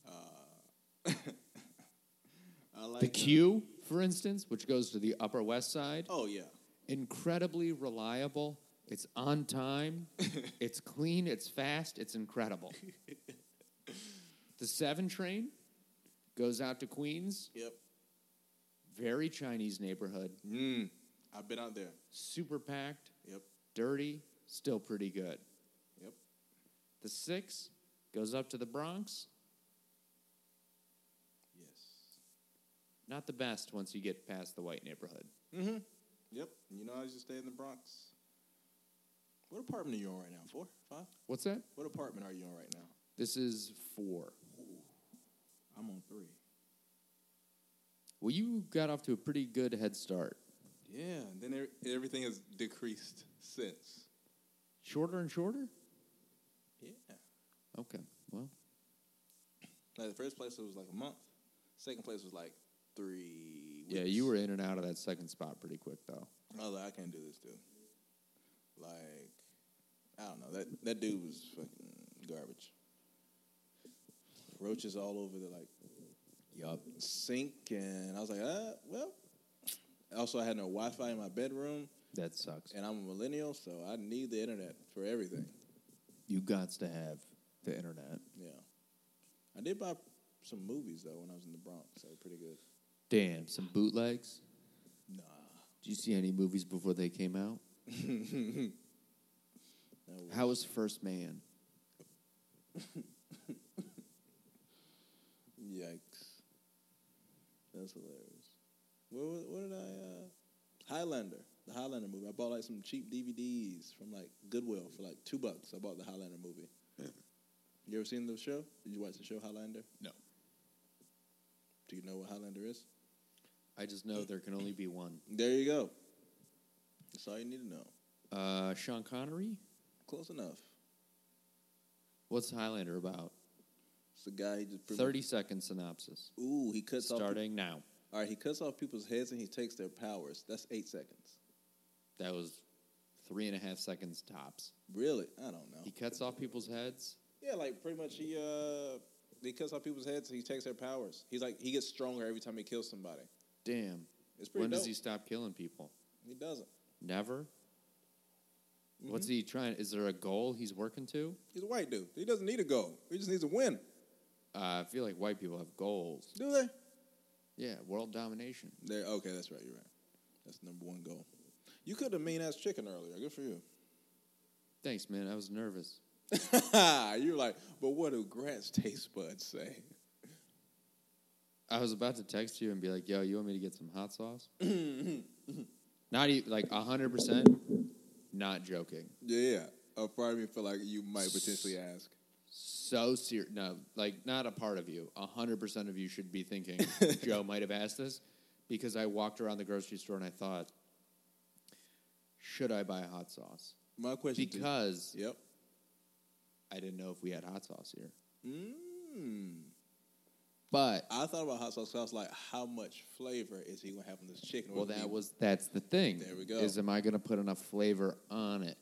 C: Uh, I like
B: The
C: uh,
B: Q, for instance, which goes to the Upper West Side,
C: Oh yeah,
B: incredibly reliable. It's on time. it's clean. It's fast. It's incredible. the seven train goes out to Queens,
C: yep.
B: very Chinese neighborhood,
C: Mm. I've been out there.
B: super packed,
C: Yep,
B: dirty, still pretty good.
C: yep.
B: The six goes up to the Bronx,
C: Yes.
B: not the best once you get past the white neighborhood.
C: Mm-hmm. Yep. You know, I used to stay in the Bronx. What apartment are you on right now? Four, five?
B: What's that?
C: What apartment are you on right now?
B: This is four.
C: I'm on three.
B: Well, you got off to a pretty good head start.
C: Yeah. And then er- everything has decreased since.
B: Shorter and shorter?
C: Yeah.
B: Okay. Well,
C: Like the first place it was like a month. Second place was like three. Weeks.
B: yeah, you were in and out of that second spot pretty quick, though.
C: I was like, I can't do this, dude. Like, I don't know. That that dude was fucking garbage. Roaches all over the like
B: Yup.
C: sink, and I was like, ah, well. Also, I had no Wi-Fi in my bedroom,
B: That sucks.
C: and I'm a millennial, so I need the internet for everything.
B: You got to have the internet.
C: Yeah, I did buy some movies though when I was in the Bronx. They were pretty good.
B: Damn, some bootlegs.
C: Nah,
B: Did you see any movies before they came out?
C: no,
B: How was First Man?
C: Yikes. That's hilarious. What, wa- what did I, uh, Highlander, the Highlander movie. I bought like some cheap DVDs from like Goodwill for like two bucks. I bought the Highlander movie. you ever seen the show? Did you watch the show Highlander?
B: No.
C: Do you know what Highlander is?
B: I just know there can only be one.
C: There you go. That's all you need to know.
B: Uh, Sean Connery?
C: Close enough.
B: What's Highlander about?
C: It's the guy he just pretty much-
B: 30 second synopsis.
C: Ooh, he cuts off. peop-
B: Starting now.
C: All right, he cuts off people's heads and he takes their powers. That's eight seconds.
B: That was three and a half seconds tops.
C: Really? I don't know.
B: He cuts off people's heads.
C: Yeah, like pretty much he uh he cuts off people's heads. He takes their powers. He's like he gets stronger every time he kills somebody.
B: Damn.
C: It's pretty
B: When does
C: dope.
B: he stop killing people?
C: He doesn't.
B: Never? What's he trying? Is there a goal he's working to?
C: He's a white dude. He doesn't need a goal. He just needs to win.
B: Uh, I feel like white people have goals.
C: Do they?
B: Yeah, world domination.
C: There. Okay, that's right. You're right. That's the number one goal. You could have mean ass chicken earlier. Good for you.
B: Thanks, man. I was nervous.
C: You're like, but what do Grant's taste buds say?
B: I was about to text you and be like, "Yo, you want me to get some hot sauce?" not even like hundred percent. Not joking.
C: Yeah, a part of me feel like you might potentially ask.
B: So serious. No, like not a part of you. hundred percent of you should be thinking Joe might have asked this because I walked around the grocery store and I thought, should I buy hot sauce?
C: My question. to-
B: Because
C: Yep.
B: I didn't know if we had hot sauce here.
C: Mm.
B: But
C: I thought about hot sauce. 'cause I was like, how much flavor is he gonna have on this chicken?
B: well,
C: Would
B: that
C: be-
B: was that's the thing.
C: There we go.
B: Is am I going to put enough flavor on it?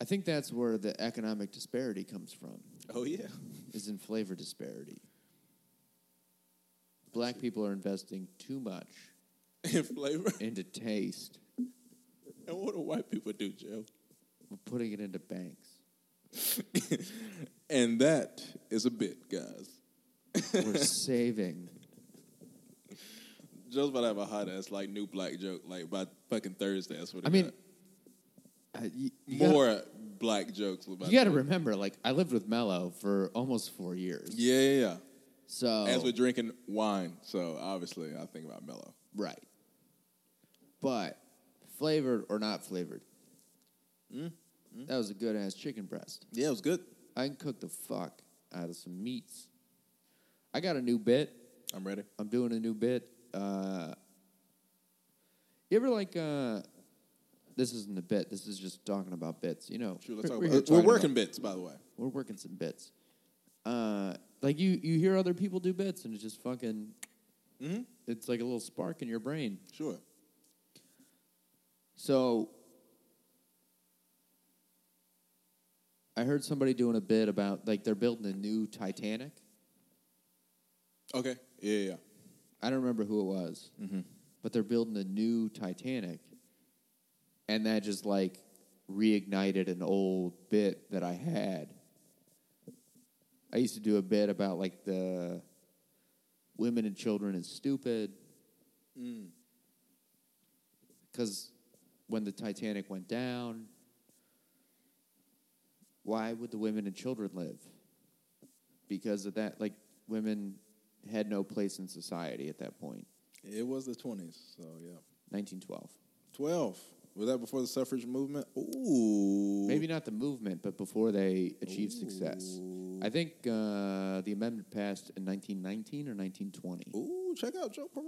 B: I think that's where the economic disparity comes from.
C: Oh yeah.
B: is in flavor disparity. Black people are investing too much
C: and flavor.
B: into taste,
C: And what do white people do, Joe?
B: We're putting it into banks.
C: And that is a bit, guys.
B: We're saving.
C: Joe's about to have a hot ass like new black joke like by fucking Thursday. That's what
B: I mean, uh, you, you gotta-
C: more black jokes. About
B: you got to remember, like I lived with Mello for almost four years,
C: Yeah, yeah, yeah.
B: so
C: As we're drinking wine, so obviously I think about Mellow.
B: right. But flavored or not flavored,
C: Hmm?
B: that was a good ass chicken breast.
C: Yeah, it was good.
B: I can cook the fuck out of some meats. I got a new bit
C: I'm ready.
B: I'm doing a new bit. Uh, you ever like? Uh, this isn't a bit. This is just talking about bits. You know,
C: True, let's talk
B: we're
C: about
B: here
C: it. We're
B: talking
C: working
B: about-
C: bits, by the way.
B: we're working some bits. Uh, like you, you hear other people do bits, and it's just fucking.
C: Mm-hmm.
B: It's like a little spark in your brain.
C: Sure.
B: So I heard somebody doing a bit about like they're building a new Titanic.
C: Okay. Yeah, yeah. yeah.
B: I don't remember who it was, but they're building a new Titanic, and that just like reignited an old bit that I had. I used to do a bit about like the women and children is stupid, because when the Titanic went down, why would the women and children live? Because of that, like women had no place in society at that point.
C: It was the 20s, so yeah.
B: 1912.
C: 12. Was that before the suffrage movement? Ooh.
B: Maybe not the movement, but before they achieved success. I think uh, the amendment passed in 1919 or 1920.
C: Ooh, check out Joe Perot.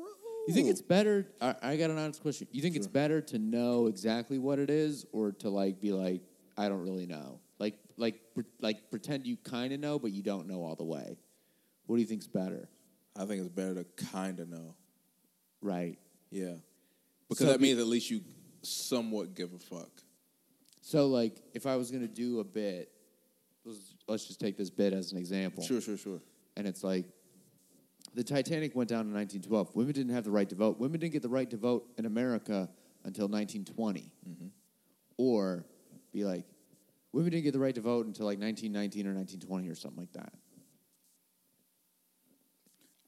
B: You think it's better? I, I got an honest question. You think it's better to know exactly what it is, or to like be like, I don't really know, like like pre- like pretend you kind of know, but you don't know all the way. What do you think's better?
C: I think it's better to kind of know.
B: Right.
C: Yeah.
B: So
C: Because that
B: be-
C: means at least you somewhat give a fuck.
B: So like, if I was gonna do a bit, let's, let's just take this bit as an example.
C: Sure, sure, sure.
B: and it's like the Titanic went down in 1912. Women didn't have the right to vote. Women didn't get the right to vote in America until 1920. Or be like, women didn't get the right to vote until like 1919 or 1920 or something like that.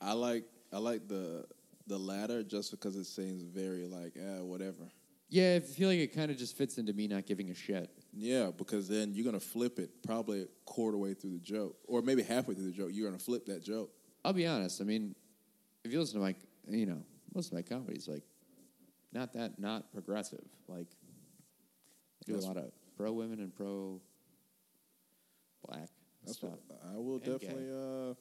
C: I like I like the the latter just because it seems very like eh, whatever.
B: Yeah, I feel like it kind of just fits into me not giving a shit.
C: Yeah, because then you're gonna flip it probably a quarter way through the joke, or maybe halfway through the joke. You're gonna flip that joke.
B: I'll be honest. I mean, if you listen to my, you know, most of my comedy's like not that not progressive. Like, I do
C: That's-
B: a lot of pro women and pro black
C: That's
B: stuff.
C: what, I will
B: And gay.
C: definitely. Uh,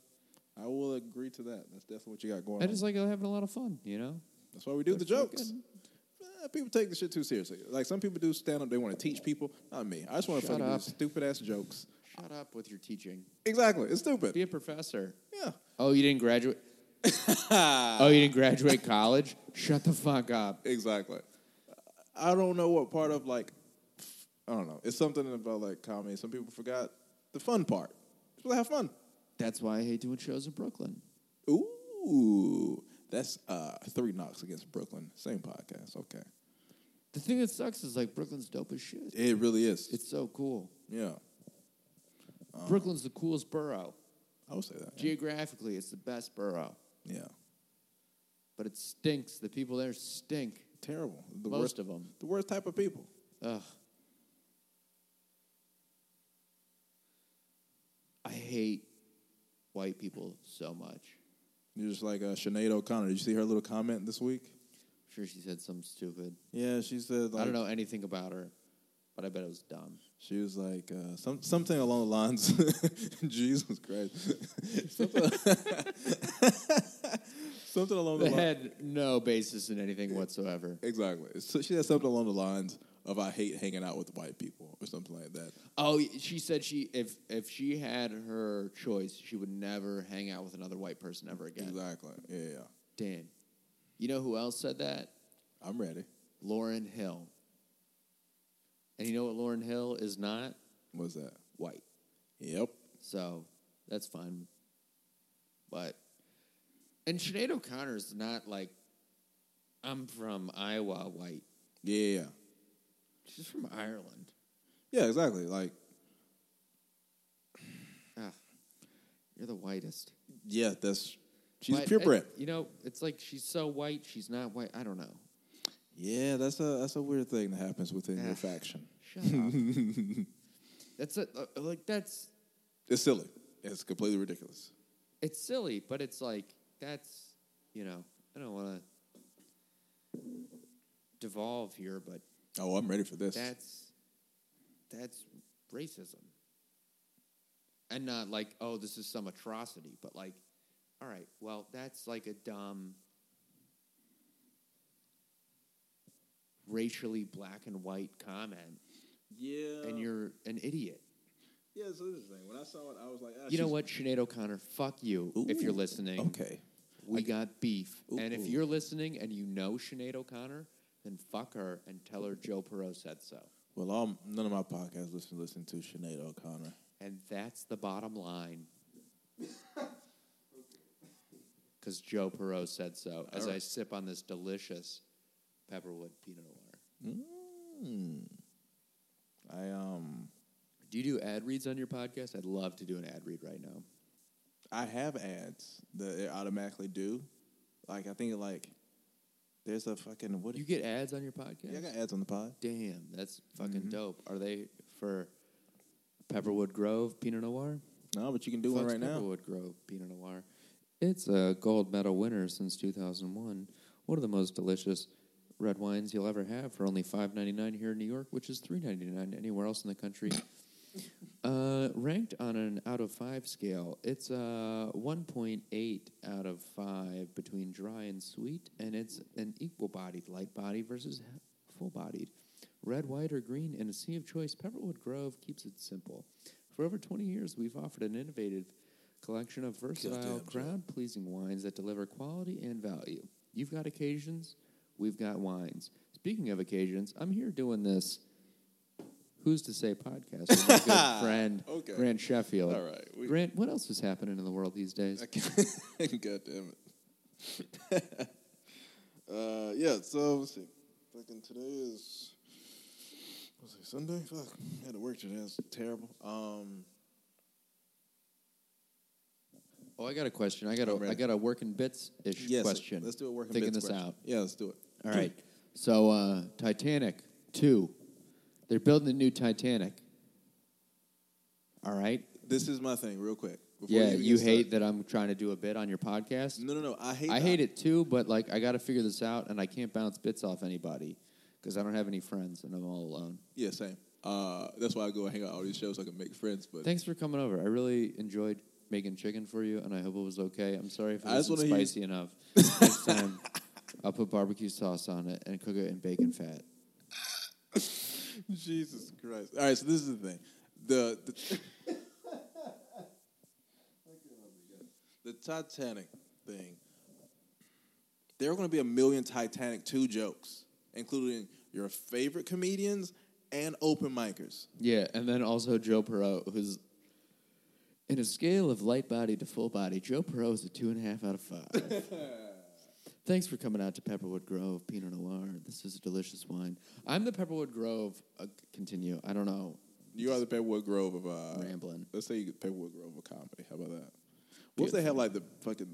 C: I will agree to that. That's definitely what you got going
B: I
C: on.
B: just like having a lot of fun, you know.
C: That's why we do the
B: They're
C: jokes. Eh, people take the shit too seriously. Like some people do stand up, they want to teach people. Not me. I just want to
B: Shut
C: fucking do
B: up.
C: stupid ass jokes.
B: Shut up with your teaching.
C: Exactly. It's stupid.
B: Be a professor.
C: Yeah.
B: Oh, you didn't graduate. oh, you didn't graduate college. Shut the fuck up.
C: Exactly. I don't know what part of like I don't know. It's something about like comedy. Some people forgot the fun part. Just wanna have fun.
B: That's why I hate doing shows in Brooklyn.
C: Ooh. That's uh, three knocks against Brooklyn. Same podcast. Okay.
B: The thing that sucks is like Brooklyn's dope as shit.
C: It really is.
B: It's so cool.
C: yeah.
B: Uh-huh. Brooklyn's the coolest borough.
C: I would say that. yeah.
B: Geographically, it's the best borough,
C: Yeah.
B: but it stinks. The people there stink.
C: Terrible. The
B: Most
C: worst
B: of 'em.
C: The worst type of people.
B: Ugh. I hate white people so much.
C: You're just like uh, Sinead O'Connor. Did you see her little comment this week?
B: I'm sure she said something stupid.
C: Yeah, she said. Like,
B: I don't know anything about her, but I bet it was dumb.
C: She was like uh, some something along the lines. Jesus Christ. something, something along the
B: They
C: lines.
B: had no basis in anything whatsoever.
C: Exactly. So she said something along the lines of "I hate hanging out with white people" or something like that.
B: Oh, she said she if if she had her choice, she would never hang out with another white person ever again.
C: Exactly. Yeah, yeah.
B: Damn. You know who else said that?
C: I'm ready.
B: Lauren Hill. And you know what Lauren Hill is not?
C: What's that?
B: White.
C: Yep.
B: So that's fun. But and Sinead O'Connor is not like I'm from Iowa white.
C: Yeah, yeah. yeah.
B: She's from Ireland.
C: Yeah, exactly. Like,
B: Ah, you're the whitest.
C: yeah, that's she's
B: But,
C: purebred.
B: uh, You know, it's like she's so white, she's not white. I don't know.
C: Yeah, that's a that's a weird thing that happens within
B: Yeah.
C: your faction.
B: Shut up. that's a, uh, like that's
C: It's silly. It's completely ridiculous.
B: it's silly, but it's like that's you know I don't want to devolve here, but
C: Oh, I'm ready for this.
B: that's that's racism, and not like oh this is some atrocity, but like all right, well that's like a dumb. Racially black and white comment,
C: yeah.
B: and you're an idiot.
C: yeah, so this is the thing. When I saw it, I was like, ah,
B: You know what, Sinead O'Connor, fuck you if you're
C: Ooh,
B: listening.
C: Okay.
B: We got beef. And if
C: Ooh.
B: you're listening and you know Sinead O'Connor, then fuck her and tell her Joe Perot said so.
C: Well, all, none of my podcasts listen listen to Sinead O'Connor.
B: And that's the bottom line. Because Joe Perot said so as I sip on this delicious Pepperwood peanut water.
C: I um
B: Do you do ad reads on your podcast? I'd love to do an ad read right now.
C: I have ads that they automatically do. Like I think like there's a fucking what
B: You get ads on your podcast?
C: yeah, I got ads on the pod.
B: Damn, that's fucking dope. Are they for Pepperwood Grove Pinot Noir?
C: No, but you can do one
B: Fuck's
C: right now.
B: Pepperwood Grove Pinot Noir. It's a gold medal winner since 2001. One of the most delicious red wines you'll ever have for only $5.99 here in New York, which is $3.99 anywhere else in the country. uh, ranked on an out of five scale, it's uh, a 1.8 out of five between dry and sweet, and it's an equal bodied, light body versus full bodied. Red, white, or green in a sea of choice, Pepperwood Grove keeps it simple. For over 20 years, we've offered an innovative collection of versatile,
C: Joe.
B: crowd pleasing wines that deliver quality and value. You've got occasions, we've got wines. Speaking of occasions, I'm here doing this Who's to Say podcast with my good friend,
C: Okay.
B: Grant Sheffield.
C: All right, we-
B: Grant, what else is happening in the world these days?
C: Okay. God damn it. uh, yeah, so let's see. Fucking today is was it Sunday? Fuck. I had to work today. That's terrible. Um
B: Oh, I got a question. I got a,
C: I'm ready.
B: I got a working bits ish
C: yes,
B: question.
C: Let's do a working
B: Thinking
C: bits
B: this
C: question.
B: out.
C: Yeah, let's do it.
B: All right. So uh, Titanic two, they're building a new Titanic. All right.
C: This is my thing, real quick. Before
B: Yeah,
C: even
B: you
C: get
B: hate
C: started.
B: that I'm trying to do a bit on your podcast.
C: No, no, no. I hate.
B: I hate it too, but like I got to figure this out, and I can't bounce bits off anybody because I don't have any friends and I'm all alone.
C: Yeah, same. Uh, that's why I go hang out all these shows so I can make friends. But
B: Thanks for coming over. I really enjoyed making chicken for you, and I hope it was okay. I'm sorry if it
C: I just
B: wasn't
C: wanna hear-
B: spicy enough. Next time, I'll put barbecue sauce on it and cook it in bacon fat.
C: Jesus Christ. All right, so this is the thing. The the, the Titanic thing. There are going to be a million Titanic 2 jokes, including your favorite comedians and open micers.
B: Yeah, and then also Joe Perot, who's in a scale of light body to full body, Joe Perot is a two and a half out of five. Thanks for coming out to Pepperwood Grove Pinot Noir. This is a delicious wine. I'm the Pepperwood Grove. Uh, continue. I don't know.
C: You are the Pepperwood Grove of uh,
B: Rambling.
C: Let's say you get Pepperwood Grove of comedy. How about that? What if they have like the fucking?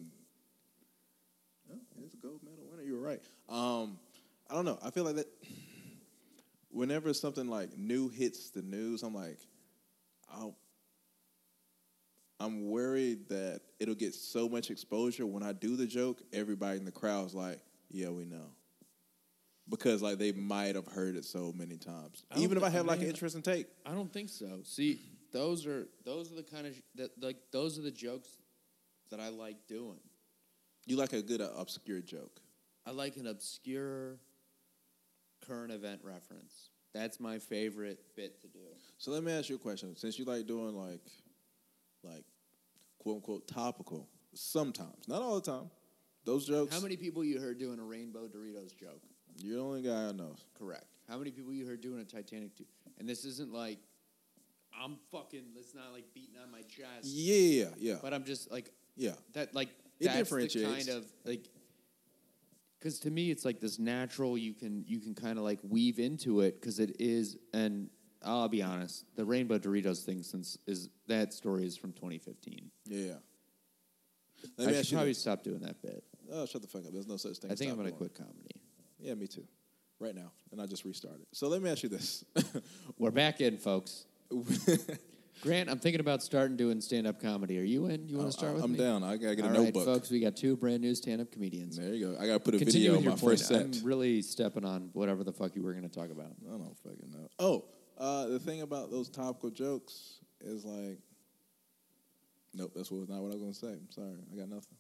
C: Oh, it's a gold medal winner. You were right. Um, I don't know. I feel like that. Whenever something like new hits the news, I'm like, I'll, I'm worried that it'll get so much exposure. When I do the joke, everybody in the crowd's like, "Yeah, we know," because like they might have heard it so many times.
B: I don't
C: Even if
B: thi-
C: I have like an
B: man,
C: interesting take,
B: I don't think so. See, those are those are the kind of sh- that like those are the jokes that I like doing.
C: you like a good uh, obscure joke.
B: I like an obscure current event reference. That's my favorite bit to do.
C: So let me ask you a question. Since you like doing like, like, quote unquote topical, sometimes, not all the time, those jokes.
B: How many people you heard doing a rainbow Doritos joke?
C: You're the only guy I know.
B: Correct. How many people you heard doing a Titanic do? And this isn't like I'm fucking. It's not like beating on my chest.
C: Yeah, yeah,
B: But I'm just like
C: yeah.
B: that. Like
C: It
B: that's
C: differentiates.
B: the kind of like. Because to me, it's like this natural. You can you can kind of like weave into it because it is. And I'll be honest, the rainbow Doritos thing since is that story is from 2015.
C: yeah, yeah.
B: I
C: Let me
B: should
C: ask you.
B: probably
C: this.
B: stop doing that bit.
C: Oh, shut the fuck up. There's no such thing.
B: I
C: as
B: think I'm gonna
C: topical.
B: quit comedy.
C: Yeah, me too. Right now, and I just restarted. So let me ask you this.
B: We're back in, folks. Grant, I'm thinking about starting doing stand up comedy. Are you in? You want to start with
C: Oh, I'm
B: me?
C: down. I gotta get
B: All
C: a
B: right,
C: notebook.
B: folks, we got two brand new stand up comedians.
C: There you go. I gotta put a
B: Continue
C: video
B: with
C: on
B: your
C: my
B: point.
C: first set.
B: I'm really stepping on whatever the fuck you were going to talk about.
C: I don't fucking know. Oh, uh, the thing about those topical jokes is like, nope, that's what, not what I was gonna say. I'm sorry, I got nothing.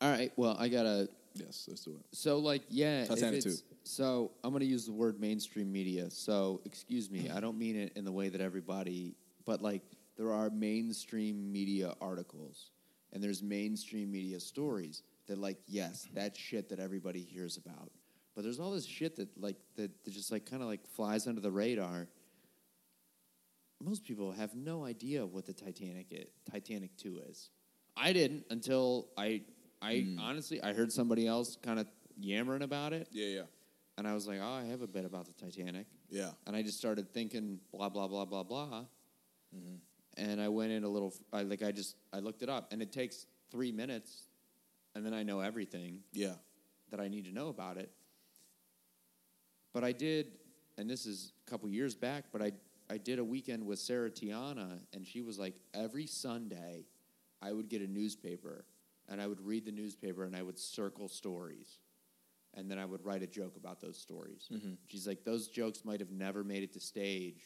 B: All right. Well, I got to.
C: Yes, let's do it.
B: So, like, yeah. if
C: Titanic
B: it's- So, I'm going to use the word mainstream media. So, excuse me. I don't mean it in the way that everybody, but like, there are mainstream media articles and there's mainstream media stories that, like, yes, that's shit that everybody hears about. But there's all this shit that, like, that, that just, like, kind of, like, flies under the radar. most people have no idea what the Titanic is, Titanic Two is. I didn't until I I honestly I heard somebody else kind of yammering about it,
C: Yeah, yeah,
B: and I was like, oh, I have a bit about the Titanic,
C: yeah.
B: and I just started thinking blah blah blah blah blah, and I went in a little. I like I just I looked it up, and it takes three minutes, and then I know everything
C: Yeah.
B: that I need to know about it. But I did, and this is a couple years back, but I, I did a weekend with Sarah Tiana, and she was like, every Sunday, I would get a newspaper, and I would read the newspaper, and I would circle stories. And then I would write a joke about those stories. She's like, those jokes might have never made it to stage,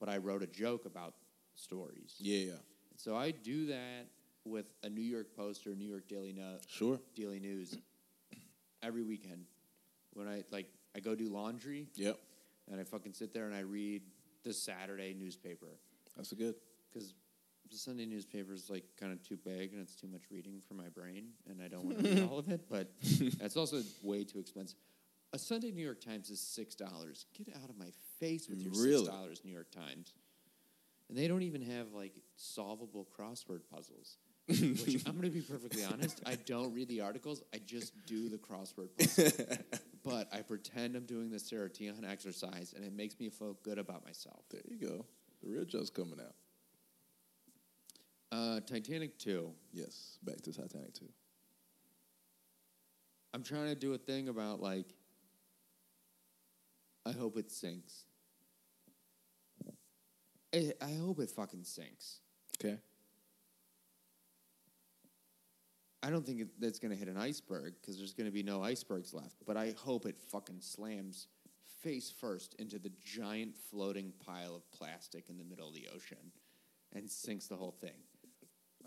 B: but I wrote a joke about stories.
C: Yeah, yeah.
B: So I do that with a New York Post or New York Daily Note.
C: Sure.
B: Daily News every weekend. When I like, I go do laundry
C: Yep.
B: and I fucking sit there and I read the Saturday newspaper
C: That's a good.
B: because the Sunday newspaper is like kind of too big and it's too much reading for my brain and I don't want to read all of it. But it's also way too expensive. A Sunday New York Times is six dollars. Get out of my face with your
C: Really?
B: six dollars New York Times. And they don't even have like solvable crossword puzzles. Which I'm going to be perfectly honest. I don't read the articles. I just do the crossword puzzle. but I pretend I'm doing the Seratian exercise, and it makes me feel good about myself.
C: There you go. The real joke's coming out.
B: Uh, Titanic two.
C: Yes. Back to Titanic too.
B: I'm trying to do a thing about like. I hope it sinks. I, I hope it fucking sinks.
C: Okay.
B: I don't think it, that's going to hit an iceberg because there's going to be no icebergs left. But I hope it fucking slams face first into the giant floating pile of plastic in the middle of the ocean and sinks the whole thing.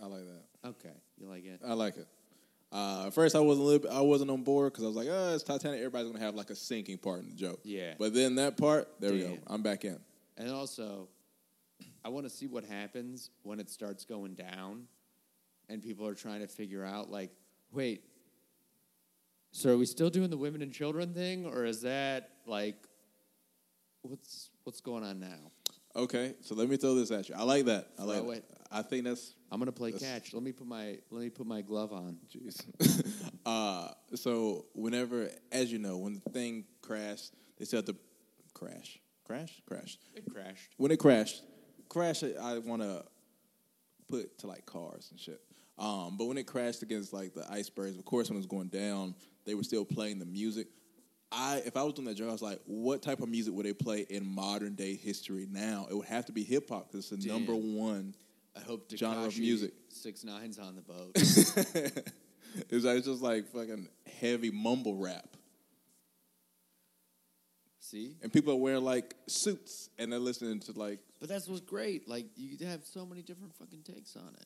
C: I like that.
B: Okay, you like it?
C: I like it. Uh, at first, I wasn't a little bit, I wasn't on board because I was like, "Oh, it's Titanic. Everybody's gonna have like a sinking part in the joke."
B: Yeah.
C: But then that part, there we go.
B: Damn.
C: I'm back in.
B: And also, I want to see what happens when it starts going down and people are trying to figure out, like, wait, so are we still doing the women and children thing or is that like, what's, what's going on now?
C: Okay, so let me throw this at you. I like that. I
B: Throw
C: like
B: it.
C: it. I think that's
B: I'm gonna play
C: That's-
B: catch. Let me put my let me put my glove on.
C: jeez. uh, so whenever, as you know, when the thing crashed, they said the crash, crash, crash.
B: It crashed.
C: When it crashed, crash. I want to put to like cars and shit. Um, but when it crashed against like the icebergs, of course, when it was going down, they were still playing the music. I, if I was doing that job, I was like, what type of music would they play in modern day history now? It would have to be hip hop because it's the
B: Damn.
C: number one.
B: I hope Takashi
C: Genre of music.
B: Six Nine's on the boat.
C: It was, like, it's just like fucking heavy mumble rap.
B: See,
C: And people are wearing like suits and they're listening to like,
B: but that's what's great. Like you could have so many different fucking takes on it.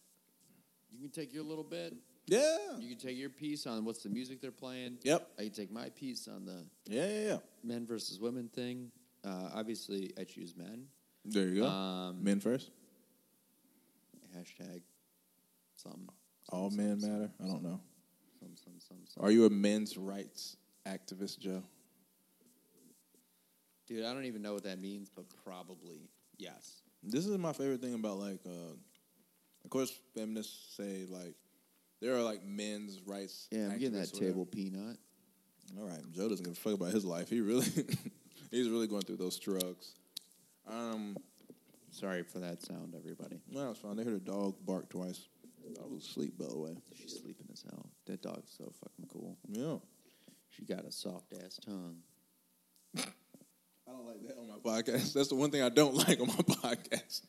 B: You can take your little bit.
C: yeah.
B: You can take your piece on what's the music they're playing.
C: Yep.
B: I can take my piece on the
C: Yeah, yeah, yeah.
B: men versus women thing. Uh, obviously, I choose men.
C: There you go.
B: Um,
C: men first.
B: Hashtag some
C: All men matter. I don't know.
B: some some some some.
C: Are you a men's rights activist, Joe?
B: Dude, I don't even know what that means, but probably yes.
C: This is my favorite thing about like, uh, of course, feminists say like there are like men's rights.
B: Yeah, I'm getting that
C: activists or whatever.
B: table peanut.
C: All right, Joe doesn't give a fuck about his life. He really, he's really going through those drugs. Um,
B: Sorry for that sound, everybody.
C: no, it's fine. They heard a dog bark twice. I was asleep, by the way.
B: She's sleeping as hell. That dog's so fucking cool.
C: Yeah,
B: She got a soft ass tongue.
C: I don't like that on my podcast. That's the one thing I don't like on my podcast.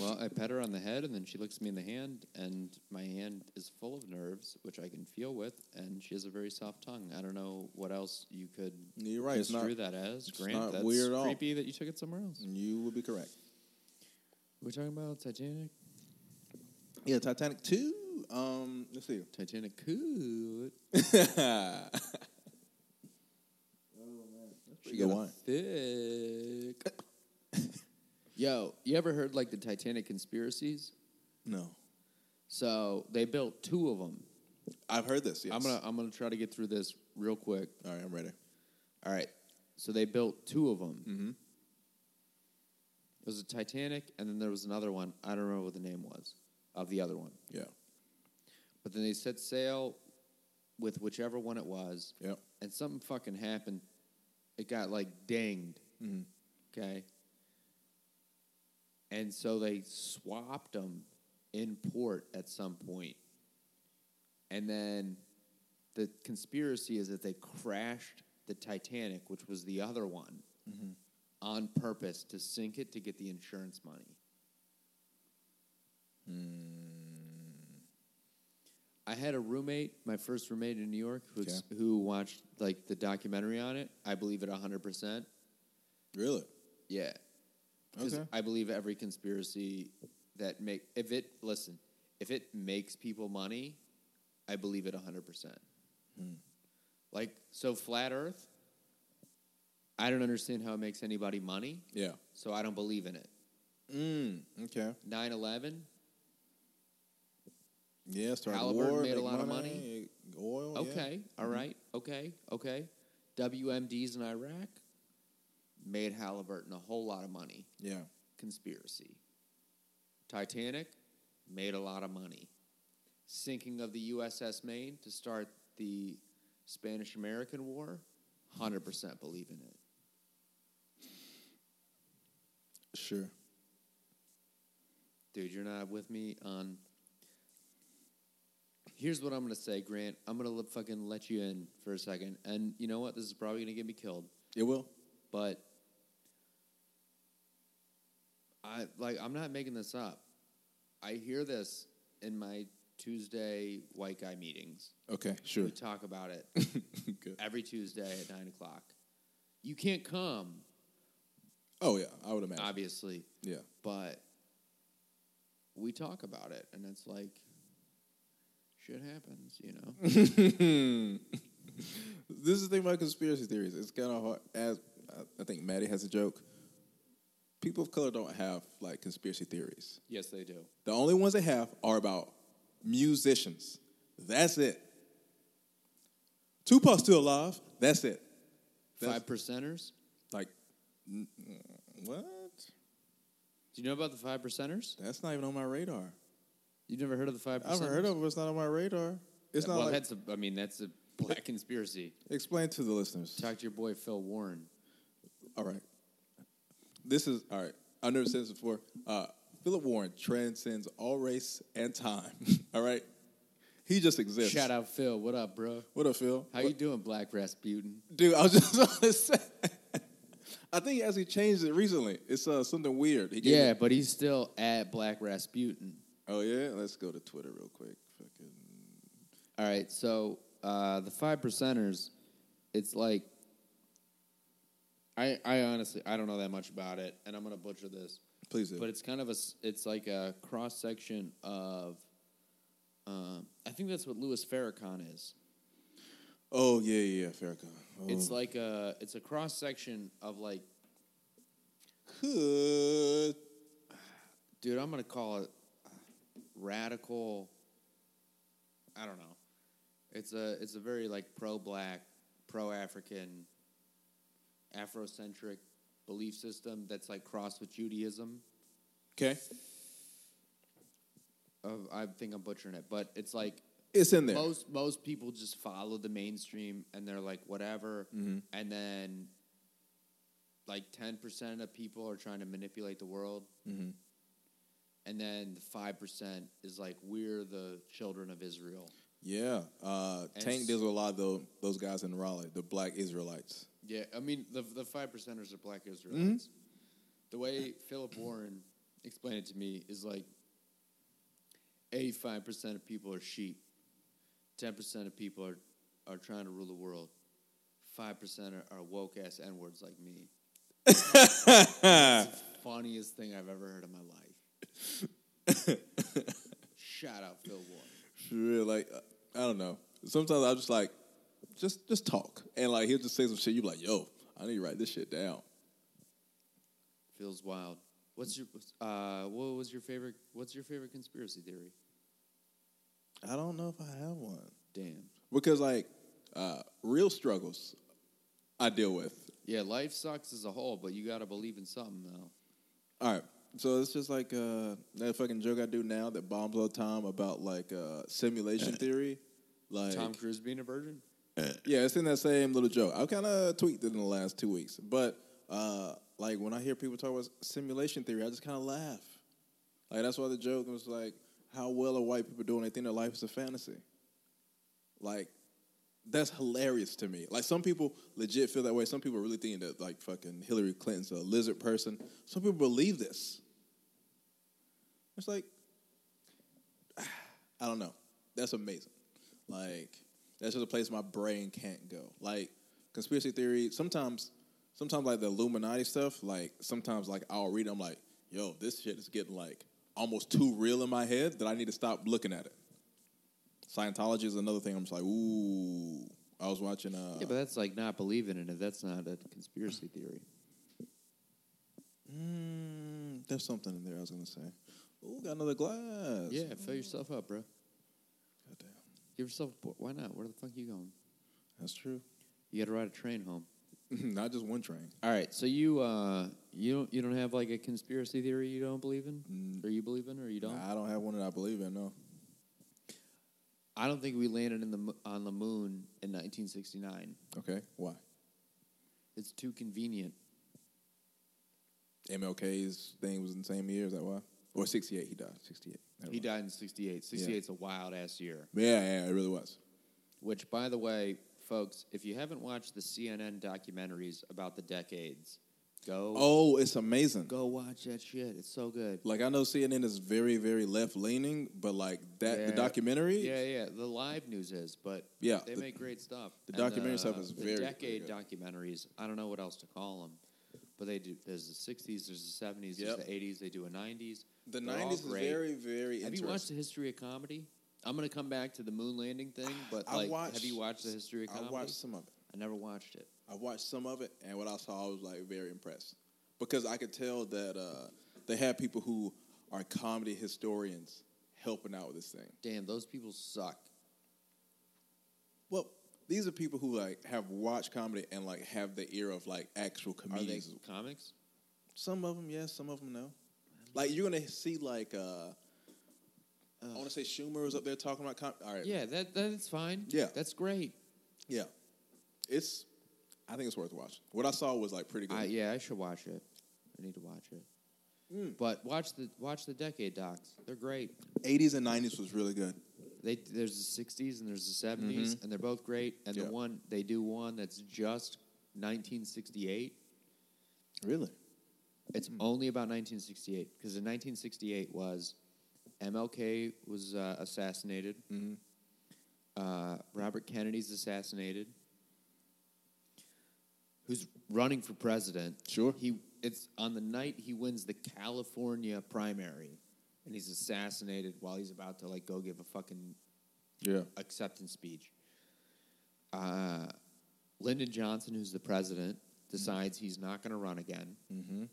B: Well, I pet her on the head, and then she looks me in the hand, and my hand is full of nerves, which I can feel with, and she has a very soft tongue. I don't know what else you could
C: You're right. It's not-
B: construe that as.
C: it's
B: Grant,
C: not
B: that's
C: weird at all.
B: creepy that you took it somewhere else.
C: You would be correct.
B: We're talking about Titanic.
C: Yeah, Titanic two. Um, let's see.
B: Titanic cool.
C: Oh,
B: She
C: Good
B: got
C: wine.
B: thick. Yo, you ever heard like the Titanic conspiracies?
C: No,
B: So they built two of them.
C: I've heard this. Yes.
B: I'm gonna I'm gonna try to get through this real quick.
C: All right, I'm ready.
B: All right. So they built two of them. Mm-hmm. It was a Titanic, and then there was another one. I don't remember what the name was of the other one.
C: Yeah.
B: But then they set sail with whichever one it was.
C: Yep.
B: And something fucking happened. It got like dinged. Okay. And so they swapped them in port at some point. And then the conspiracy is that they crashed the Titanic, which was the other one, on purpose to sink it to get the insurance money. I had a roommate, my first roommate in New York, who ex- who watched like the documentary on it. I believe it hundred percent.
C: Really?
B: Yeah, 'Cause
C: Okay.
B: I believe every conspiracy that make if it listen if it makes people money, I believe it hundred percent.
C: Hmm.
B: Like so, flat Earth. I don't understand how it makes anybody money,
C: Yeah.
B: so I don't believe in it.
C: Mm, okay.
B: 9-11,
C: Yeah. Start a
B: Halliburton
C: war,
B: made a
C: make
B: lot of
C: eh, Oil. yeah. Mm-hmm.
B: Okay. All right. Okay. Okay. WMDs in Iraq made Halliburton a whole lot of money.
C: Yeah.
B: Conspiracy. Titanic made a lot of money. Sinking of the USS Maine to start the Spanish American War, 100% believe in it.
C: Sure.
B: Dude, you're not with me on. Here's what I'm gonna say, Grant. I'm gonna l- fucking let you in for a second, and you know what? This is probably gonna get me killed.
C: It will.
B: but I like I'm not making this up. I hear this in my Tuesday white guy meetings.
C: Okay. Sure.
B: We talk about it
C: Good.
B: every Tuesday at nine o'clock. You can't come,
C: Oh yeah. I would imagine.
B: obviously,
C: yeah.
B: but we talk about it, and it's like shit happens, you know.
C: This is the thing about conspiracy theories. It's kind of hard. As I- I think Maddie has a joke. People of color don't have like conspiracy theories.
B: yes, they do.
C: The only ones they have are about musicians. That's it. Tupac's still alive. That's it. That's-
B: Five percenters.
C: Like, n- what?
B: Do you know about the five percenters?
C: That's not even on my radar.
B: You've never heard of the five percenters?
C: I've heard of it, but it's not on my radar. It's not
B: well,
C: like,
B: that's a, I mean, that's a black conspiracy.
C: explain to the listeners.
B: Talk to your boy Phil Warren.
C: All right. This is all right. I've never said this before. Uh, Philip Warren transcends all race and time. all right, he just exists.
B: Shout out Phil. What up, bro?
C: What up, Phil?
B: How you doing, Black Rasputin?
C: Dude, I was just gonna say. I think he actually changed it recently. It's uh, something weird. He gave
B: Yeah,
C: it-
B: but he's still at Black Rasputin.
C: oh yeah. Let's go to Twitter real quick. Fucking.
B: All right, so uh, the five percenters, it's like I I honestly I don't know that much about it, and I'm gonna butcher this,
C: Please do.
B: but it's kind of a s- it's like a cross section of. Um, I think that's what Louis Farrakhan is.
C: oh yeah, yeah, yeah, Farrakhan. Oh.
B: It's like a it's a cross section of like,
C: Could-
B: dude, I'm gonna call it radical. I don't know. It's a it's a very like pro black, pro African, Afrocentric belief system that's like crossed with Judaism.
C: Okay,
B: Of, I think I'm butchering it, but it's like
C: it's in there.
B: Most most people just follow the mainstream and they're like whatever,
C: Mm-hmm.
B: and then like ten percent of people are trying to manipulate the world,
C: Mm-hmm.
B: and then the five percent is like we're the children of Israel.
C: Yeah, uh,
B: And
C: Tank
B: s-
C: deals with a lot of tho- those guys in Raleigh, the Black Israelites.
B: Yeah, I mean the the five percenters are black Israelites. The way Philip Warren explained it to me is like eighty five percent of people are sheep, ten percent of people are, are trying to rule the world, five percent are, are woke ass N words like me. it's the funniest thing I've ever heard in my life. Shout out Phil Warren.
C: For real, like uh, I don't know. Sometimes I'm just like, just just talk, and like he'll just say some shit. You be like, yo, I need to write this shit down.
B: Feels wild. What's your uh, what was your favorite what's your favorite conspiracy theory?
C: I don't know if I have one
B: Damn.
C: because like uh, real struggles I deal with.
B: Yeah, life sucks as a whole, but you gotta believe in something though.
C: All right, so it's just like uh, that fucking joke I do now that bombs all the time about like uh, simulation theory. Like
B: Tom Cruise being a virgin.
C: Yeah, it's in that same little joke. I kind of tweaked it in the last two weeks, but uh, like when I hear people talk about simulation theory, I just kind of laugh. Like that's why the joke was like, "How well are white people doing? They think their life is a fantasy." Like, that's hilarious to me. Like some people legit feel that way. Some people really think that like fucking Hillary Clinton's a lizard person. Some people believe this. It's like, I don't know. That's amazing. Like that's just a place my brain can't go. Like conspiracy theory. Sometimes, sometimes like the Illuminati stuff. Like sometimes like I'll read. it, I'm like, yo, this shit is getting like almost too real in my head that I need to stop looking at it. Scientology is another thing. I'm just like, ooh. I was watching. Uh,
B: yeah, but that's like not believing in it. That's not a conspiracy theory.
C: mm, there's something in there. I was gonna say. Ooh, got another glass.
B: Yeah, fill yourself up, bro.
C: Goddamn.
B: Give yourself a pour. Why not? Where the fuck you going?
C: That's true.
B: You gotta ride a train home.
C: Not just one train.
B: All right, so you uh, you don't you don't have like a conspiracy theory you don't believe in, or you believe in, or you don't.
C: I don't have one that I believe in. No.
B: I don't think we landed in the mo- on the moon in 1969.
C: Okay. Why?
B: It's too convenient.
C: MLK's thing was in the same year. Is that why? Or sixty eight? He died. Sixty eight.
B: He died in 68. 68's a wild ass year.
C: Yeah, yeah, it really was.
B: Which, by the way, folks, if you haven't watched the CNN documentaries about the decades, go
C: Oh, it's amazing.
B: go watch that shit. It's so good.
C: Like I know CNN is very, very left leaning, but like that the
B: Yeah.
C: documentary.
B: Yeah, yeah. The live news is, but
C: Yeah,
B: they
C: the-
B: make great stuff.
C: the
B: And uh,
C: documentary stuff is
B: the
C: very, very
B: decade
C: good.
B: documentaries. I don't know what else to call them, but they do. There's the '60s, there's the '70s,
C: Yep.
B: there's the '80s. They do a '90s.
C: The
B: They're all
C: nineties is
B: great.
C: very, very
B: Have
C: interesting.
B: you watched the history of comedy? I'm gonna come back to the moon landing thing, but
C: I
B: like,
C: watched-
B: have you watched the history of comedy?
C: I watched some of it.
B: I never watched it.
C: I watched some of it, and what I saw, I was like very impressed because I could tell that uh, they had people who are comedy historians helping out with this thing.
B: Damn, those people suck.
C: Well, these are people who like have watched comedy and like have the ear of like actual
B: Are they
C: comedians.
B: comics?
C: Some of them, yes. Some of them, no. Like you're gonna see like uh, I want to say Schumer was up there talking about com- all right, yeah.
B: Yeah, that that's fine.
C: Yeah.
B: that's great.
C: It's I think it's worth watching. What I saw was like pretty good. Hmm.
B: I, yeah, I should watch it. I need to watch it. But watch the watch the decade docs. They're great.
C: 80s and 90s was really good.
B: They there's the 60s and there's the 70s and they're both great and
C: Mm-hmm. Yeah.
B: the one they do one that's just 1968.
C: Really?
B: It's only about 1968 because in 1968 was MLK was uh, assassinated. Uh, Robert Kennedy's assassinated. Who's running for president?
C: Sure.
B: He it's on the night he wins the California primary, and he's assassinated while he's about to like go give a fucking
C: Yeah.
B: acceptance speech. Uh, Lyndon Johnson, who's the president, decides he's not going to run again. Mm-hmm.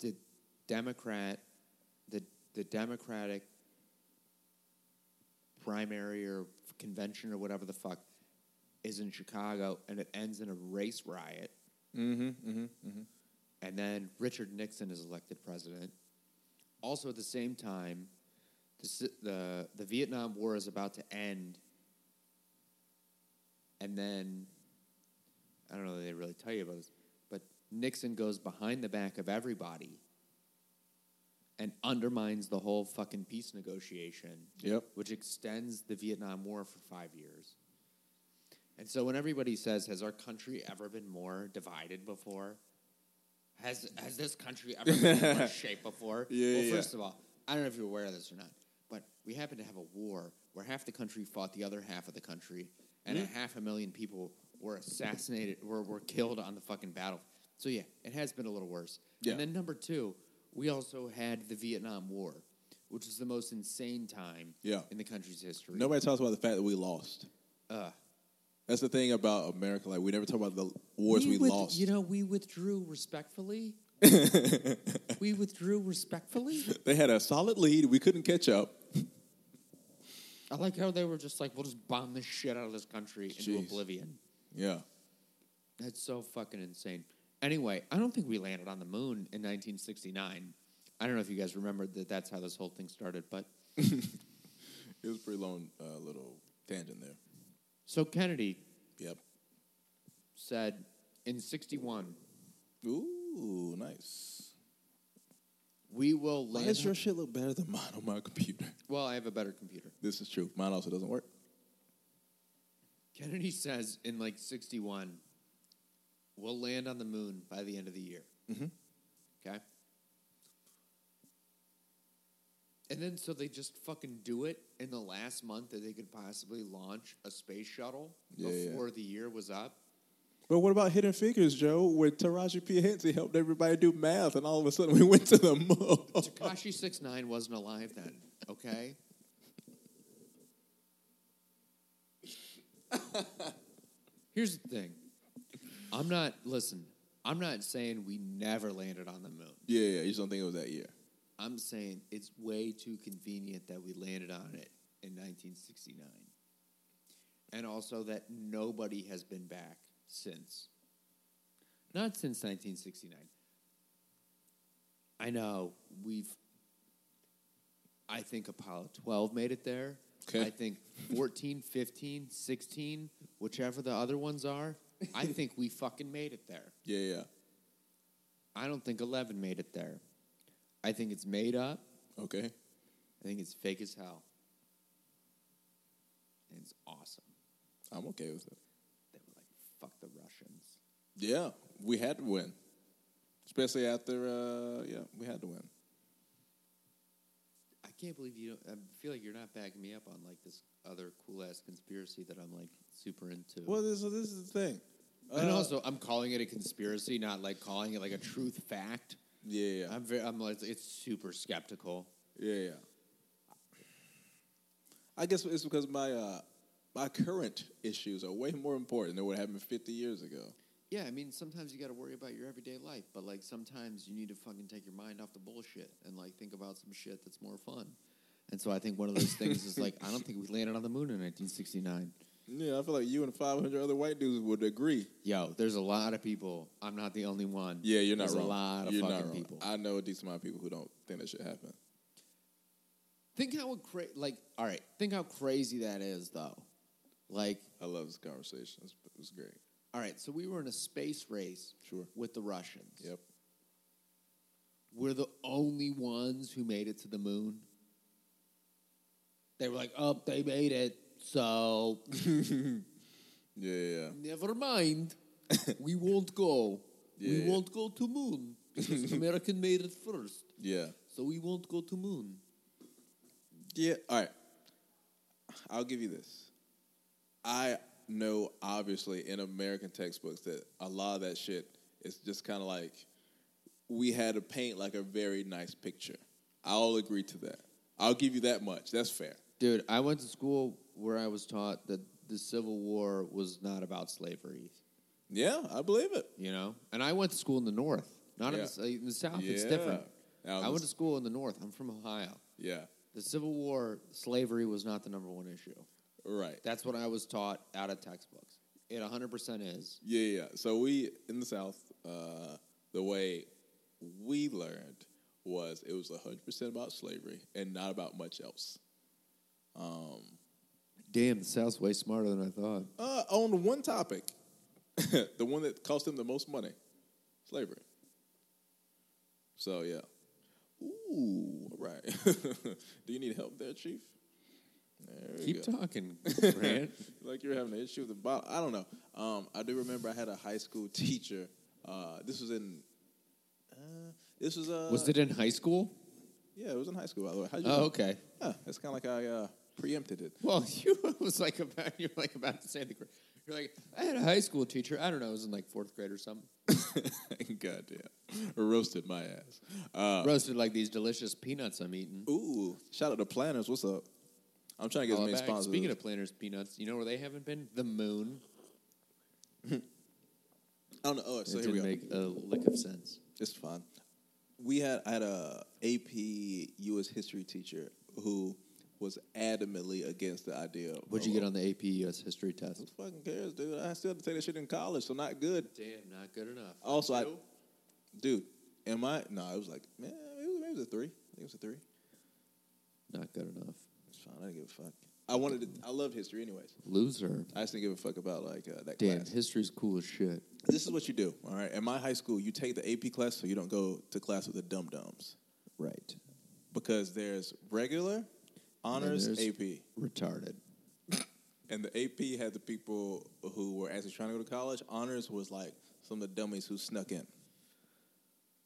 B: The Democrat, the the Democratic primary or convention or whatever the fuck is in Chicago, and it ends in a race riot. Mm-hmm, mm-hmm, mm-hmm. And then Richard Nixon is elected president. Also, at the same time, the, si- the, the Vietnam War is about to end, and then I don't know if they really tell you about this, but Nixon goes behind the back of everybody and undermines the whole fucking peace negotiation,
C: Yep.
B: which extends the Vietnam War for five years. And so when everybody says, "Has our country ever been more divided before?" Has has this country ever been in much shape before?
C: Yeah,
B: well,
C: yeah, yeah.
B: first of all, I don't know if you're aware of this or not, but we happen to have a war where half the country fought the other half of the country, and
C: Hmm.
B: a half a million people were assassinated or were killed on the fucking battle. So yeah, it has been a little worse.
C: Yeah.
B: And then number two, we also had the Vietnam War, which was the most insane time
C: Yeah.
B: in the country's history.
C: Nobody talks about the fact that we lost.
B: Uh,
C: That's the thing about America. Like we never talk about the wars we,
B: with-
C: lost.
B: You know, we withdrew respectfully. we withdrew respectfully.
C: they had a solid lead. We couldn't catch up.
B: I like how they were just like, we'll just bomb the shit out of this country into
C: Jeez.
B: oblivion.
C: Yeah.
B: That's so fucking insane. Anyway, I don't think we landed on the moon in 1969. I don't know if you guys remember that that's how this whole thing started, but
C: It was a pretty long uh, little tangent there.
B: so Kennedy
C: Yep.
B: said in 61,
C: Ooh, nice.
B: we will
C: Why
B: land.
C: does your shit look better than mine on my computer?
B: well, I have a better computer.
C: This is true. Mine also doesn't work.
B: Kennedy says in like 61, we'll land on the moon by the end of the year.
C: Mm-hmm.
B: Okay? And then so they just fucking do it in the last month that they could possibly launch a space shuttle
C: Yeah, yeah.
B: before the year was up.
C: But what about Hidden Figures, Joe? Where Taraji P. Henson helped everybody do math, and all of a sudden we went to the moon.
B: Takashi 69 wasn't alive then, okay? Here's the thing. I'm not listen, I'm not saying we never landed on the moon.
C: yeah, yeah. You just don't think it was that year.
B: I'm saying it's way too convenient that we landed on it in 1969. And also that nobody has been back since. Not since 1969. I know we've. I think Apollo 12 made it there.
C: Okay.
B: I think 14, 15, 16, whichever the other ones are, I think we fucking made it there.
C: Yeah, yeah.
B: I don't think 11 made it there. I think it's made up.
C: Okay.
B: I think it's fake as hell. And it's awesome.
C: I'm okay with it.
B: They were like, fuck the Russians.
C: Yeah, we had to win, especially after. Uh, yeah, we had to win.
B: I can't believe you don't. I feel like you're not backing me up on like this other cool ass conspiracy that I'm like super into.
C: Well, this, this is the thing.
B: and
C: Uh,
B: also, I'm calling it a conspiracy, not like calling it like a truth fact.
C: yeah, yeah,
B: I'm very, I'm like, it's super skeptical.
C: yeah, yeah. I guess it's because my uh, my current issues are way more important than what happened 50 years ago.
B: Yeah, I mean, sometimes you got to worry about your everyday life, but like sometimes you need to fucking take your mind off the bullshit and like think about some shit that's more fun. And so I think one of those things is like, I don't think we landed on the moon in 1969.
C: Yeah, I feel like you and 500 other white dudes would agree.
B: Yo, there's a lot of people. I'm not the only one.
C: Yeah, you're not
B: there's
C: wrong.
B: a lot of
C: You're not
B: fucking
C: wrong.
B: people.
C: I know a decent amount of people who don't think that should happen.
B: think how cra- like all right. Think how crazy that is, though. Like,
C: I love this conversation. It's, it's great.
B: all right, so we were in a space race
C: Sure.
B: with the Russians.
C: Yep.
B: we're the only ones who made it to the moon. They were like, oh, they made it, so
C: Yeah, yeah, yeah.
B: never mind. we won't go. we
C: Yeah.
B: won't go to moon because American made it first,
C: Yeah.
B: so we won't go to moon.
C: Yeah. All right. I'll give you this. I know, obviously, in American textbooks that a lot of that shit is just kind of like we had to paint like a very nice picture. I'll agree to that. I'll give you that much. That's fair.
B: Dude, I went to school where I was taught that the Civil War was not about slavery,
C: Yeah, I believe it.
B: you know? And I went to school in the North, not in,
C: Yeah.
B: the, s- in the South, it's
C: Yeah.
B: different.
C: Now
B: I went
C: this-
B: to school in the North. I'm from Ohio.
C: Yeah.
B: The Civil War, slavery was not the number one issue.
C: Right.
B: That's what I was taught out of textbooks. It 100% is.
C: Yeah, yeah. So we in the South, uh, the way we learned was it was hundred percent about slavery and not about much else.
B: Damn, the South's way smarter than I thought.
C: Uh, on one topic, the one that cost them the most money, slavery. So yeah. Ooh, all right. Do you need help there, Chief? There we
B: Keep
C: go.
B: talking, Grant.
C: like you're having an issue with the bottle. I don't know. Um, I do remember I had a high school teacher. Uh, this was in. Uh, this was uh,
B: was it in high school?
C: Yeah, it was in high school, by the way. How'd you
B: Oh,
C: know?
B: okay.
C: Yeah, it's kind of like I uh, preempted it.
B: Well, you was like about you're like about to say the you're like I had a high school teacher. I don't know, it was in like fourth grade or something.
C: God damn. Roasted my ass. Uh,
B: Roasted like these delicious peanuts I'm eating.
C: ooh, shout out to Planners. What's up? I'm trying to get as
B: All
C: many
B: back.
C: sponsors.
B: Speaking of planters peanuts, you know where they haven't been? The moon.
C: I don't know. Oh, so
B: it
C: here we
B: didn't make
C: go.
B: a lick of sense.
C: It's fun. We had I had a AP U.S. history teacher who was adamantly against the idea. of-
B: What'd you get on the AP US history test?
C: Who fucking cares, dude? I still had to take that shit in college, so not good.
B: Damn, not good enough.
C: Also, I,
B: Two?
C: dude, am I? No, it was like, man, it was, it was a three. I think it was a three.
B: not good enough.
C: It's fine. I didn't give a fuck. I wanted to. I love history, anyways.
B: Loser.
C: I just didn't give a fuck about like uh, that
B: Damn,
C: class.
B: history's cool as shit.
C: This is what you do, all right? At my high school, you take the AP class so you don't go to class with the dum dums
B: Right.
C: because there's regular, honors,
B: there's-
C: AP,
B: Retarded.
C: and the AP had the people who were actually trying to go to college. Honors was like some of the dummies who snuck in,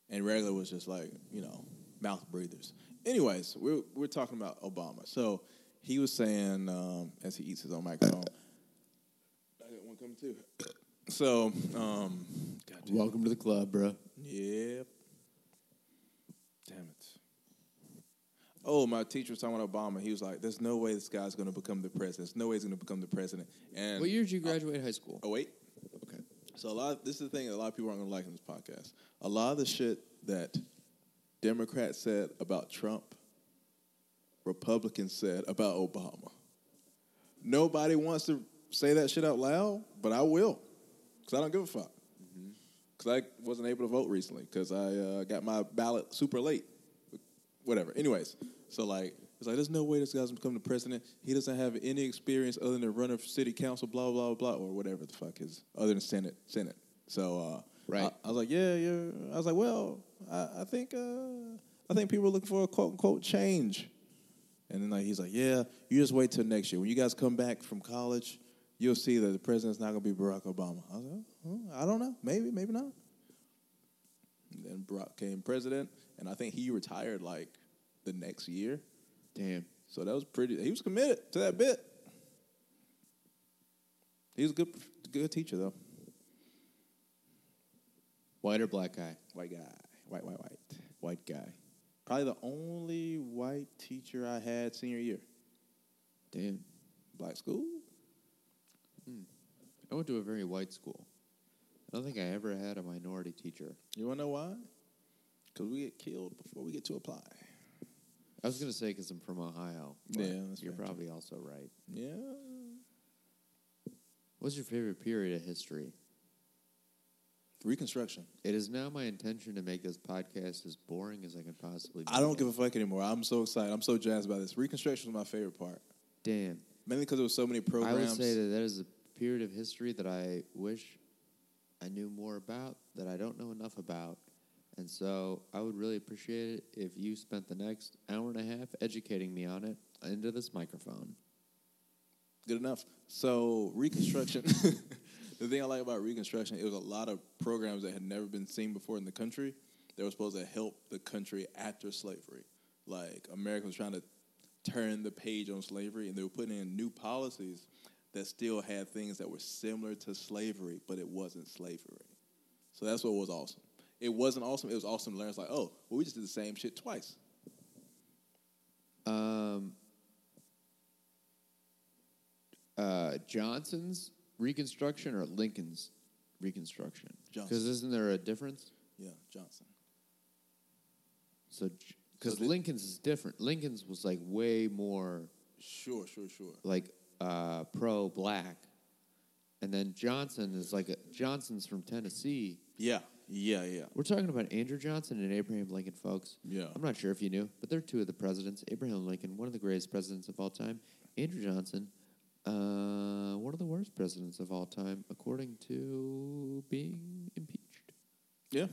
C: and regular was just like you know mouth breathers. Anyways, we're we're talking about Obama, so he was saying um, as he eats his own microphone. I got one coming too. So, um, goddamn.
B: Welcome to the club, bro.
C: Yep. Damn it. Oh, my teacher was talking about Obama. He was like, "There's no way this guy's going to become the president. There's no way he's going to become the president." And
B: What year did you graduate high school?
C: Oh wait.
B: Okay.
C: So a lot. this is the thing that a lot of people aren't going to like in this podcast. A lot of the shit that Democrats said about Trump, Republicans said about Obama. Nobody wants to say that shit out loud, but I will, because I don't give a fuck. Because I wasn't able to vote recently because I uh, got my ballot super late. Whatever. Anyways, so like, it's like, there's no way this guy's become the president. He doesn't have any experience other than running for city council, blah, blah, blah, or whatever the fuck is, other than Senate. Senate. So, uh,
B: Right.
C: I, I was like, yeah, yeah. I was like, well, I, I think, uh, I think people are looking for a quote unquote change. And then like he's like, "Yeah, you just wait till next year. When you guys come back from college, you'll see that the president's not going to be Barack Obama." I was like, "Hmm, "I don't know. Maybe, maybe not." And then Barack came president, and I think he retired like the next year.
B: Damn.
C: So that was pretty. He was committed to that bit. He was a good, good teacher though.
B: White or black guy?
C: White guy, white, white, white, white guy. Probably the only white teacher I had senior year.
B: Damn.
C: Black school.
B: I went to a very white school. I don't think I ever had a minority teacher.
C: You wanna know why? Because we get killed before we get to apply.
B: I was going to say because I'm from Ohio. but
C: Yeah, that's
B: You're
C: fair, too.
B: probably also right.
C: Yeah.
B: What's your favorite period of history?
C: Reconstruction.
B: It is now my intention to make this podcast as boring as I can possibly be.
C: I don't give a fuck anymore. I'm so excited. I'm so jazzed about this. Reconstruction was my favorite part,
B: Damn.
C: mainly because there was so many programs.
B: I would say that that is a period of history that I wish I knew more about, that I don't know enough about, And so I would really appreciate it if you spent the next hour and a half educating me on it into this microphone.
C: Good enough. So Reconstruction. the thing I like about Reconstruction, it was a lot of programs that had never been seen before in the country. They were supposed to help the country after slavery. Like America was trying to turn the page on slavery, and they were putting in new policies that still had things that were similar to slavery, but it wasn't slavery. So that's what was awesome. It wasn't awesome. It was awesome to learn. It's like, oh, well, we just did the same shit twice.
B: Um, uh, Johnson's Reconstruction or Lincoln's Reconstruction? Because
C: Johnson.
B: isn't there a difference?
C: Yeah, Johnson.
B: So, because
C: So the-
B: Lincoln's is different. Lincoln's was like way more
C: Sure, sure, sure.
B: like uh, pro black, and then Johnson is like a, Johnson's from Tennessee.
C: Yeah, yeah, yeah.
B: We're talking about Andrew Johnson and Abraham Lincoln, folks.
C: Yeah.
B: I'm not sure if you knew, but they're two of the presidents. Abraham Lincoln, one of the greatest presidents of all time. Andrew Johnson, uh, one of the worst presidents of all time, according to being impeached.
C: Yeah.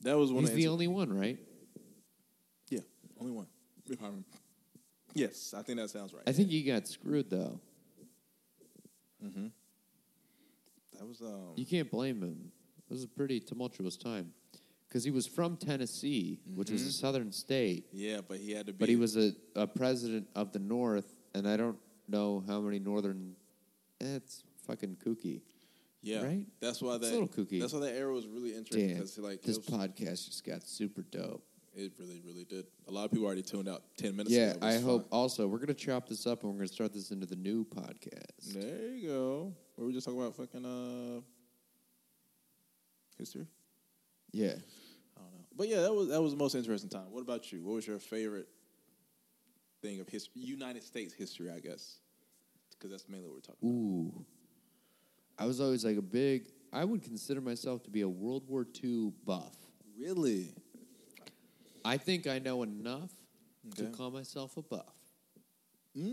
C: That was one
B: He's
C: of
B: the only one, right?
C: Yeah, only one. If I remember. Yes, I think that sounds right.
B: I think he got screwed, though.
C: that was um
B: You can't blame him. It was a pretty tumultuous time. Because he was from Tennessee, which was a southern state,
C: Yeah, but he had to be
B: but he was a, a president of the North, and I don't know how many northern. That's fucking kooky.
C: yeah,
B: right?
C: That's why
B: It's a
C: that
B: little kooky.
C: That's why that era was really interesting
B: Damn,
C: because like
B: this
C: it, was,
B: podcast just got super dope.
C: it really, really did. A lot of people already tuned out ten minutes
B: Yeah,
C: ago. It was
B: I
C: fun.
B: hope. Also, we're gonna chop this up and we're gonna start this into the new podcast.
C: There you go. Were we just talking about fucking uh history?
B: Yeah,
C: I don't know. But yeah, that was that was the most interesting time. What about you? What was your favorite thing of history? United States history, I guess, because that's mainly what we're talking.
B: Ooh. I was always like a big. I would consider myself to be a World War II buff.
C: about. Really?
B: I think I know enough to
C: Okay. Hmm.
B: call myself a buff. Mm.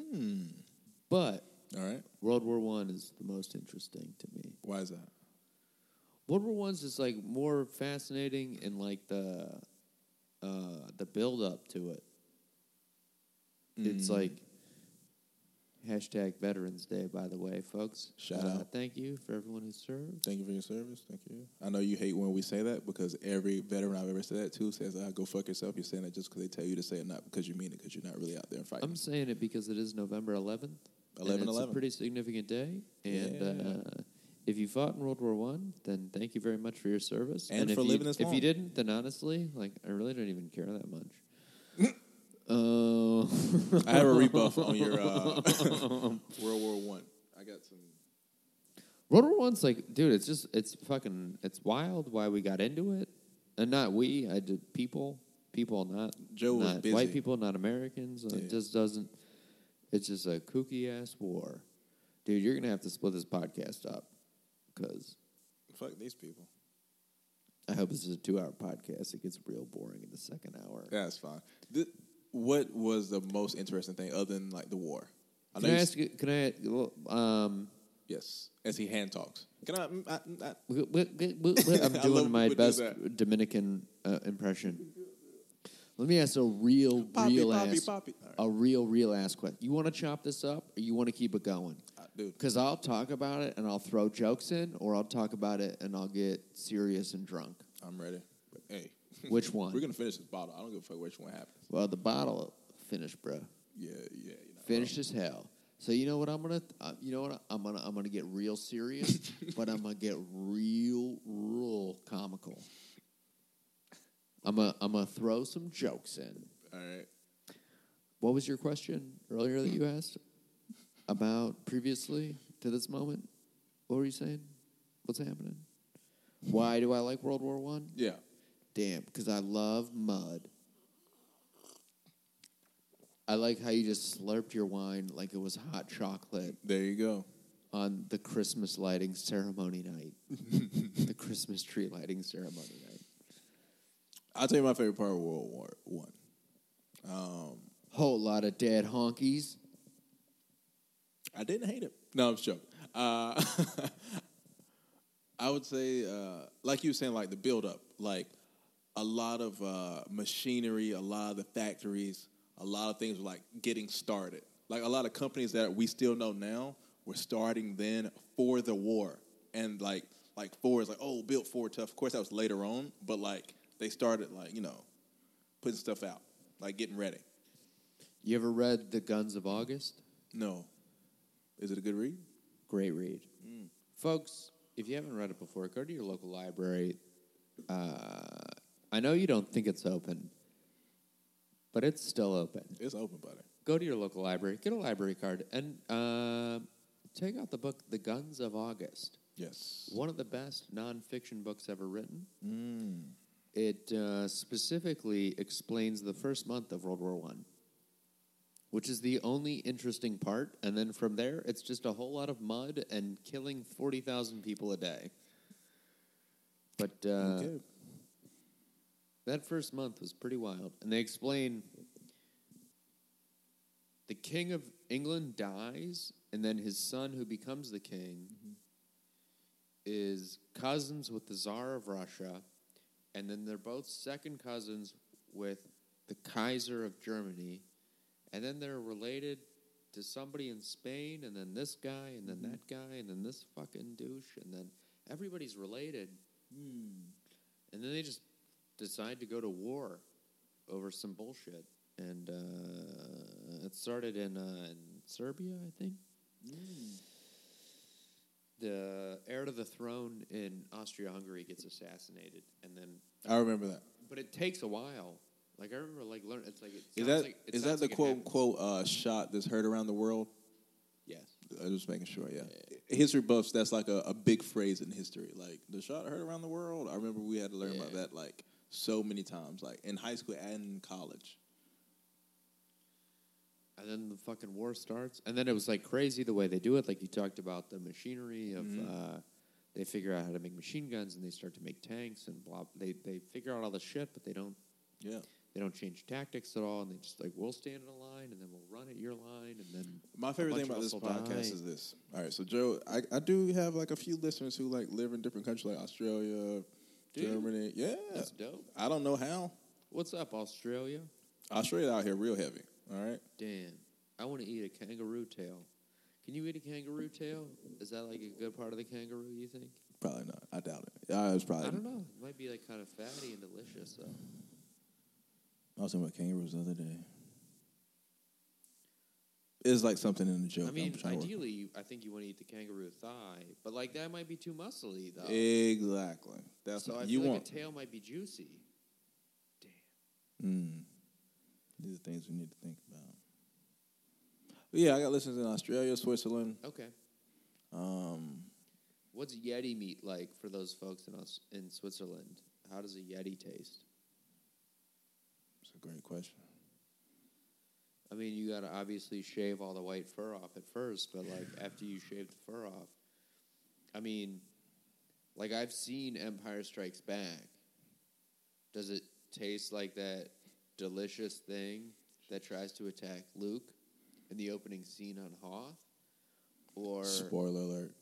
B: But
C: All right.
B: World War One is the most interesting to me.
C: Why is that?
B: World War One's is like more fascinating in like the uh, the build up to it.
C: Mm.
B: It's like hashtag Veterans Day, by the way, folks.
C: Shout
B: Uh,
C: out.
B: Thank you for everyone who served.
C: Thank you for your service. Thank you. I know you hate when we say that because every veteran I've ever said that to says, ah, go fuck yourself. You're saying that just because they tell you to say it, not because you mean it, because you're not really out there and fighting.
B: I'm saying it because it is November 11th. and It's
C: 11,
B: a
C: 11.
B: pretty significant day, and
C: Yeah.
B: uh, if you fought in World War One, then thank you very much for your service
C: And
B: if
C: for
B: you,
C: living this
B: If
C: long.
B: you didn't, then honestly, like I really don't even care that much. Uh,
C: I have a rebuff on your uh, World War One. I. got some.
B: World War One's like, dude, it's just it's fucking it's wild why we got into it, and not we, I did people, people not
C: Joe was
B: not
C: busy.
B: white people, not Americans. and
C: Yeah.
B: It just doesn't. It's just a kooky ass war, dude. You're gonna have to split this podcast up because
C: Fuck these people.
B: I hope this is a two hour podcast. It gets real boring in the second hour.
C: That's fine. Th- what was the most interesting thing other than like the war? I
B: Can I
C: you s-
B: ask you? Can I? well, Um,
C: Yes, as he hand talks. Can I? mm, I, mm, I
B: w- w- w- w- I'm
C: I
B: doing
C: love
B: my
C: when we do
B: best
C: that.
B: Dominican uh, impression. Let me ask a real,
C: Poppy,
B: real
C: poppy,
B: ass,
C: poppy. All right.
B: a real, real ass question. You want to chop this up, or you want to keep it going?
C: I- dude,
B: Because I'll talk about it and I'll throw jokes in, or I'll talk about it and I'll get serious and drunk.
C: I'm ready. Hey,
B: Which one?
C: we're gonna finish this bottle. I don't give a fuck which one happens.
B: well, the bottle finished, bro.
C: Yeah, yeah. You know,
B: Finished as hell. So you know what I'm gonna, uh, you know what I'm gonna, I'm gonna get real serious, but I'm gonna get real, real comical. I'm gonna, I'm gonna throw some jokes in.
C: All right.
B: What was your question earlier that you asked about previously to this moment? What were you saying? What's happening? Why do I like World War One?
C: Yeah.
B: Damn, because I love mud. I like how you just slurped your wine like it was hot chocolate
C: There you go.
B: on the Christmas lighting ceremony night, the Christmas tree lighting ceremony night.
C: I'll tell you my favorite part of World War One.
B: Whole lot of dead honkies.
C: I didn't hate it. No, I'm just joking. Uh, I would say, uh, like you were saying, like the build up. Like a lot of uh, machinery, a lot of the factories, a lot of things were like getting started. Like a lot of companies that we still know now were starting then for the war, and like like Ford is like oh built Ford tough. Of course that was later on, but like they started like you know putting stuff out, like getting ready.
B: You ever read The Guns of August?
C: No, is it a good read?
B: Great read. Folks, if you haven't read it before, go to your local library. Uh, I know you don't think it's open, but it's still open.
C: It's open, buddy.
B: Go to your local library, get a library card, and uh, take out the book The Guns of August.
C: Yes.
B: One of the best nonfiction books ever written. It uh, specifically explains the first month of World War One, which is the only interesting part. And then from there, it's just a whole lot of mud and killing forty thousand people a day. But uh,
C: Okay.
B: that first month was pretty wild, and they explain the king of England dies, and then his son, who becomes the king, is cousins with the Tsar of Russia, and then they're both second cousins with the Kaiser of Germany, and then they're related to somebody in Spain, and then this guy, and then that guy, and then this fucking douche, and then everybody's related. And then they just decide to go to war over some bullshit. And uh, it started in, uh, in Serbia, I think. The heir to the throne in Austria Hungary gets assassinated, and then
C: I remember that.
B: but it takes a while. Like I remember, like learn. It's like it
C: Is
B: sounds
C: that is
B: like, it
C: that
B: sounds
C: the
B: like it
C: quote
B: happened.
C: unquote uh, shot that's heard around the world?
B: Yes.
C: I was just making sure, yeah. History buffs, that's like a, a big phrase in history. Like the shot heard around the world. I remember we had to learn about
B: Yeah.
C: that like so many times, like in high school and in college.
B: and then the fucking war starts and then it was like crazy the way they do it like you talked about the machinery of
C: Mm-hmm.
B: uh, they figure out how to make machine guns and they start to make tanks and blah they, they figure out all the shit but they don't
C: Yeah.
B: they don't change tactics at all and they just like we'll stand in a line and then we'll run at your line and then
C: My favorite thing
B: bunch of
C: about
B: us
C: this
B: will
C: podcast
B: die.
C: is this. All right, so Joe, I, I do have like a few listeners who like live in different countries like Australia,
B: Do you?
C: Germany. Yeah.
B: that's dope
C: I don't know how.
B: what's up australia
C: Australia out here real heavy. All right.
B: damn i want to eat a kangaroo tail can you eat a kangaroo tail is that like a good part of the kangaroo you think
C: Probably not. I doubt it. Uh, it's probably
B: i don't know it might be like kind of fatty and delicious though
C: I was talking about kangaroos the other day. It's like something in the joke.
B: I mean,
C: I'm trying to work-
B: ideally, you, I think you want to eat the kangaroo thigh, but like that might be too muscly though.
C: Exactly. That's
B: so I
C: what you
B: feel
C: want.
B: like a tail might be juicy.
C: mm. These are things we need to think about. But yeah, I got listeners in Australia, Switzerland.
B: Okay,
C: Um,
B: what's yeti meat like for those folks in us in Switzerland? How does a yeti taste?
C: it's a great question.
B: I mean, you got to obviously shave all the white fur off at first, but like after you shave the fur off, I mean, like I've seen Empire Strikes Back. Does it taste like that delicious thing that tries to attack Luke in the opening scene on Hoth? Or
C: Spoiler alert.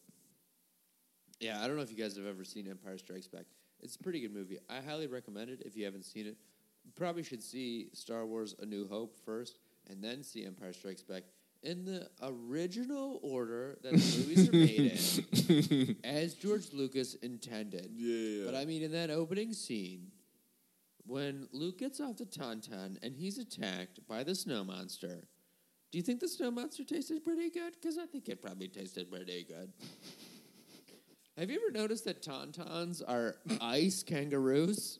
B: yeah, I don't know if you guys have ever seen Empire Strikes Back. It's a pretty good movie. I highly recommend it if you haven't seen it. You probably should see Star Wars A New Hope first and then see Empire Strikes Back in the original order that the movies are made in, as George Lucas intended.
C: Yeah.
B: But I mean, in that opening scene, when Luke gets off the Tauntaun and he's attacked by the snow monster, do you think the snow monster tasted pretty good? Because I think it probably tasted pretty good. Have you ever noticed that Tauntauns are ice kangaroos?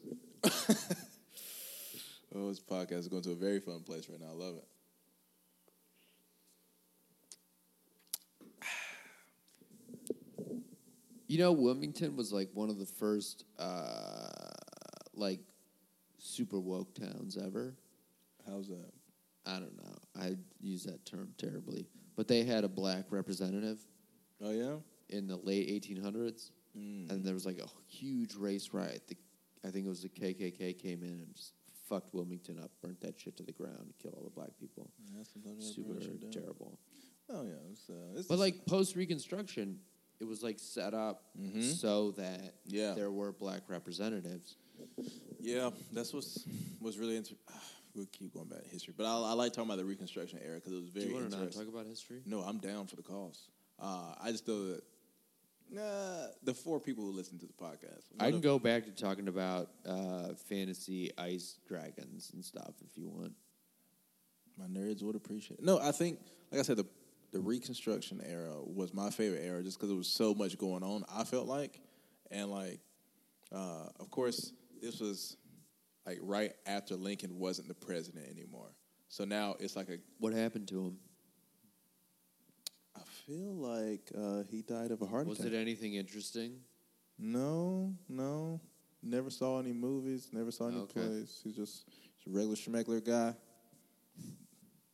C: Oh, this podcast is going to a very fun place right now. I love it.
B: You know, Wilmington was like one of the first, uh, like, super woke towns ever.
C: How's that?
B: I don't know. I use that term terribly. But they had a black representative.
C: Oh yeah.
B: in the late 1800s,
C: Hmm.
B: and there was like a huge race riot. The, I think it was the KKK came in and just fucked Wilmington up, burnt that shit to the ground, and killed all the black people. Super terrible.
C: Oh yeah. It's, uh, it's
B: But like post Reconstruction, it was like set up so that
C: Mm-hmm. Yeah.
B: there were black representatives.
C: Yeah, that's what's was really interesting. We'll keep going back to history, but I, I like talking about the Reconstruction era because it was
B: Do
C: very
B: you want to
C: interesting.
B: not talk about history?
C: No, I'm down for the cause. Uh, I just know that nah, the four people who listen to the podcast.
B: I can
C: What
B: go back to talking about uh, fantasy ice dragons and stuff if you want.
C: if- My nerds would appreciate it. No, I think, like I said, the the Reconstruction era was my favorite era just because there was so much going on. I felt like, and like, uh, of course, this was like right after Lincoln wasn't the president anymore. So now it's like a.
B: What happened to him?
C: I feel like uh, he died of a heart
B: Was
C: attack.
B: it anything interesting?
C: No, no. Never saw any movies, never saw any
B: Okay.
C: plays. He's just he's a regular schmeckler guy.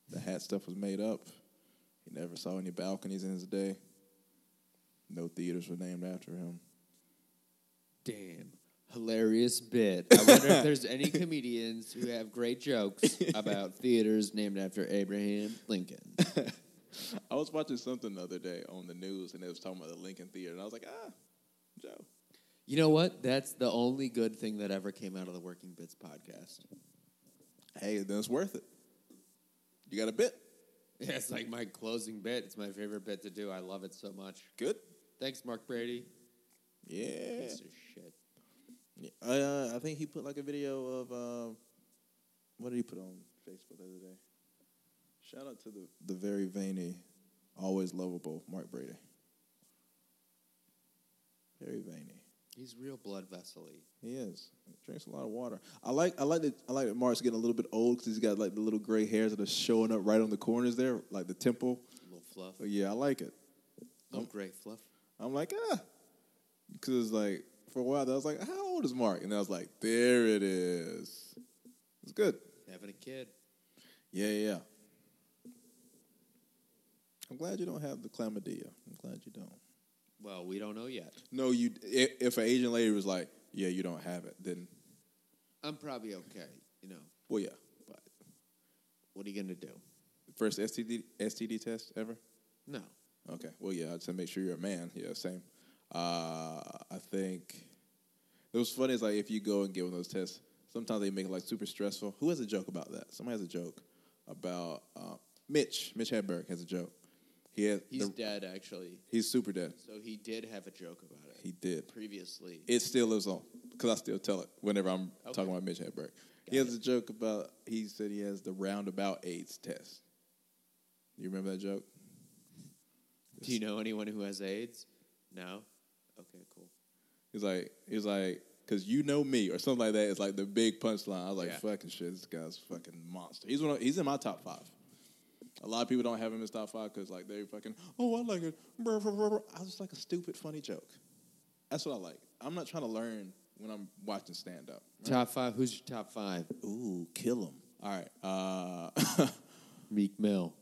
C: The hat stuff was made up. He never saw any balconies in his day. No theaters were named after him.
B: Damn. Hilarious bit. I wonder if there's any comedians who have great jokes about theaters named after Abraham Lincoln.
C: I was watching something the other day on the news and it was talking about the Lincoln Theater and I was like, ah, Joe.
B: You know what? That's the only good thing that ever came out of the Working Bits podcast.
C: Hey, then it's worth it. You got a bit?
B: Yeah, it's like my closing bit. It's my favorite bit to do. I love it so much.
C: Good?
B: Thanks, Mark Brady.
C: Yeah.
B: Piece of shit.
C: Yeah, uh, I think he put like a video of uh, what did he put on Facebook the other day? Shout out to the the very veiny, always lovable Mark Brady. Very veiny,
B: He's real blood vessel
C: he is. He drinks a lot of water. I like I like that I like that Mark's getting a little bit old because he's got like the little gray hairs that are showing up right on the corners there, like the temple.
B: Little fluff.
C: But yeah, I like it.
B: Little gray fluff.
C: I'm like ah, because like for a while I was like, how old is Mark? And I was like, there it is. It's good.
B: Having a kid.
C: Yeah, yeah. yeah. I'm glad you don't have the chlamydia. I'm glad you don't.
B: Well, we don't know yet.
C: No, you. If, if an Asian lady was like, "Yeah, you don't have it," then
B: I'm probably okay. You know,
C: well, yeah. But
B: what are you going to do?
C: first STD STD test ever.
B: No.
C: Okay. Well, yeah. Just to make sure you're a man. Yeah, same. Uh, I think it was funny. Is like if you go and get one of those tests, sometimes they make it like super stressful. Who has a joke about that? Somebody has a joke about uh, Mitch. Mitch Hedberg has a joke. He had,
B: He's
C: the-
B: dead, actually.
C: he's super dead.
B: So he did have a joke about it
C: He did.
B: previously.
C: it still lives on because I still tell it whenever I'm
B: Okay.
C: talking about Mitch Hedberg. he has a joke about he said he has the roundabout AIDS test. You remember that joke?
B: do you know anyone who has AIDS? No? Okay, cool.
C: He's like, he's like, because you know me or something like that. It's like the big punchline. I was like,
B: Yeah.
C: fucking shit, this guy's a fucking monster. He's one. Of, he's in my top five. A lot of people don't have him in his top five because like they fucking, oh, I like it. Brr, brr, brr, brr." I was like a stupid funny joke. That's what I like. I'm not trying to learn when I'm watching stand up.
B: Top five. Who's your top five?
C: Ooh, kill him. All right. Uh,
B: Meek Mill.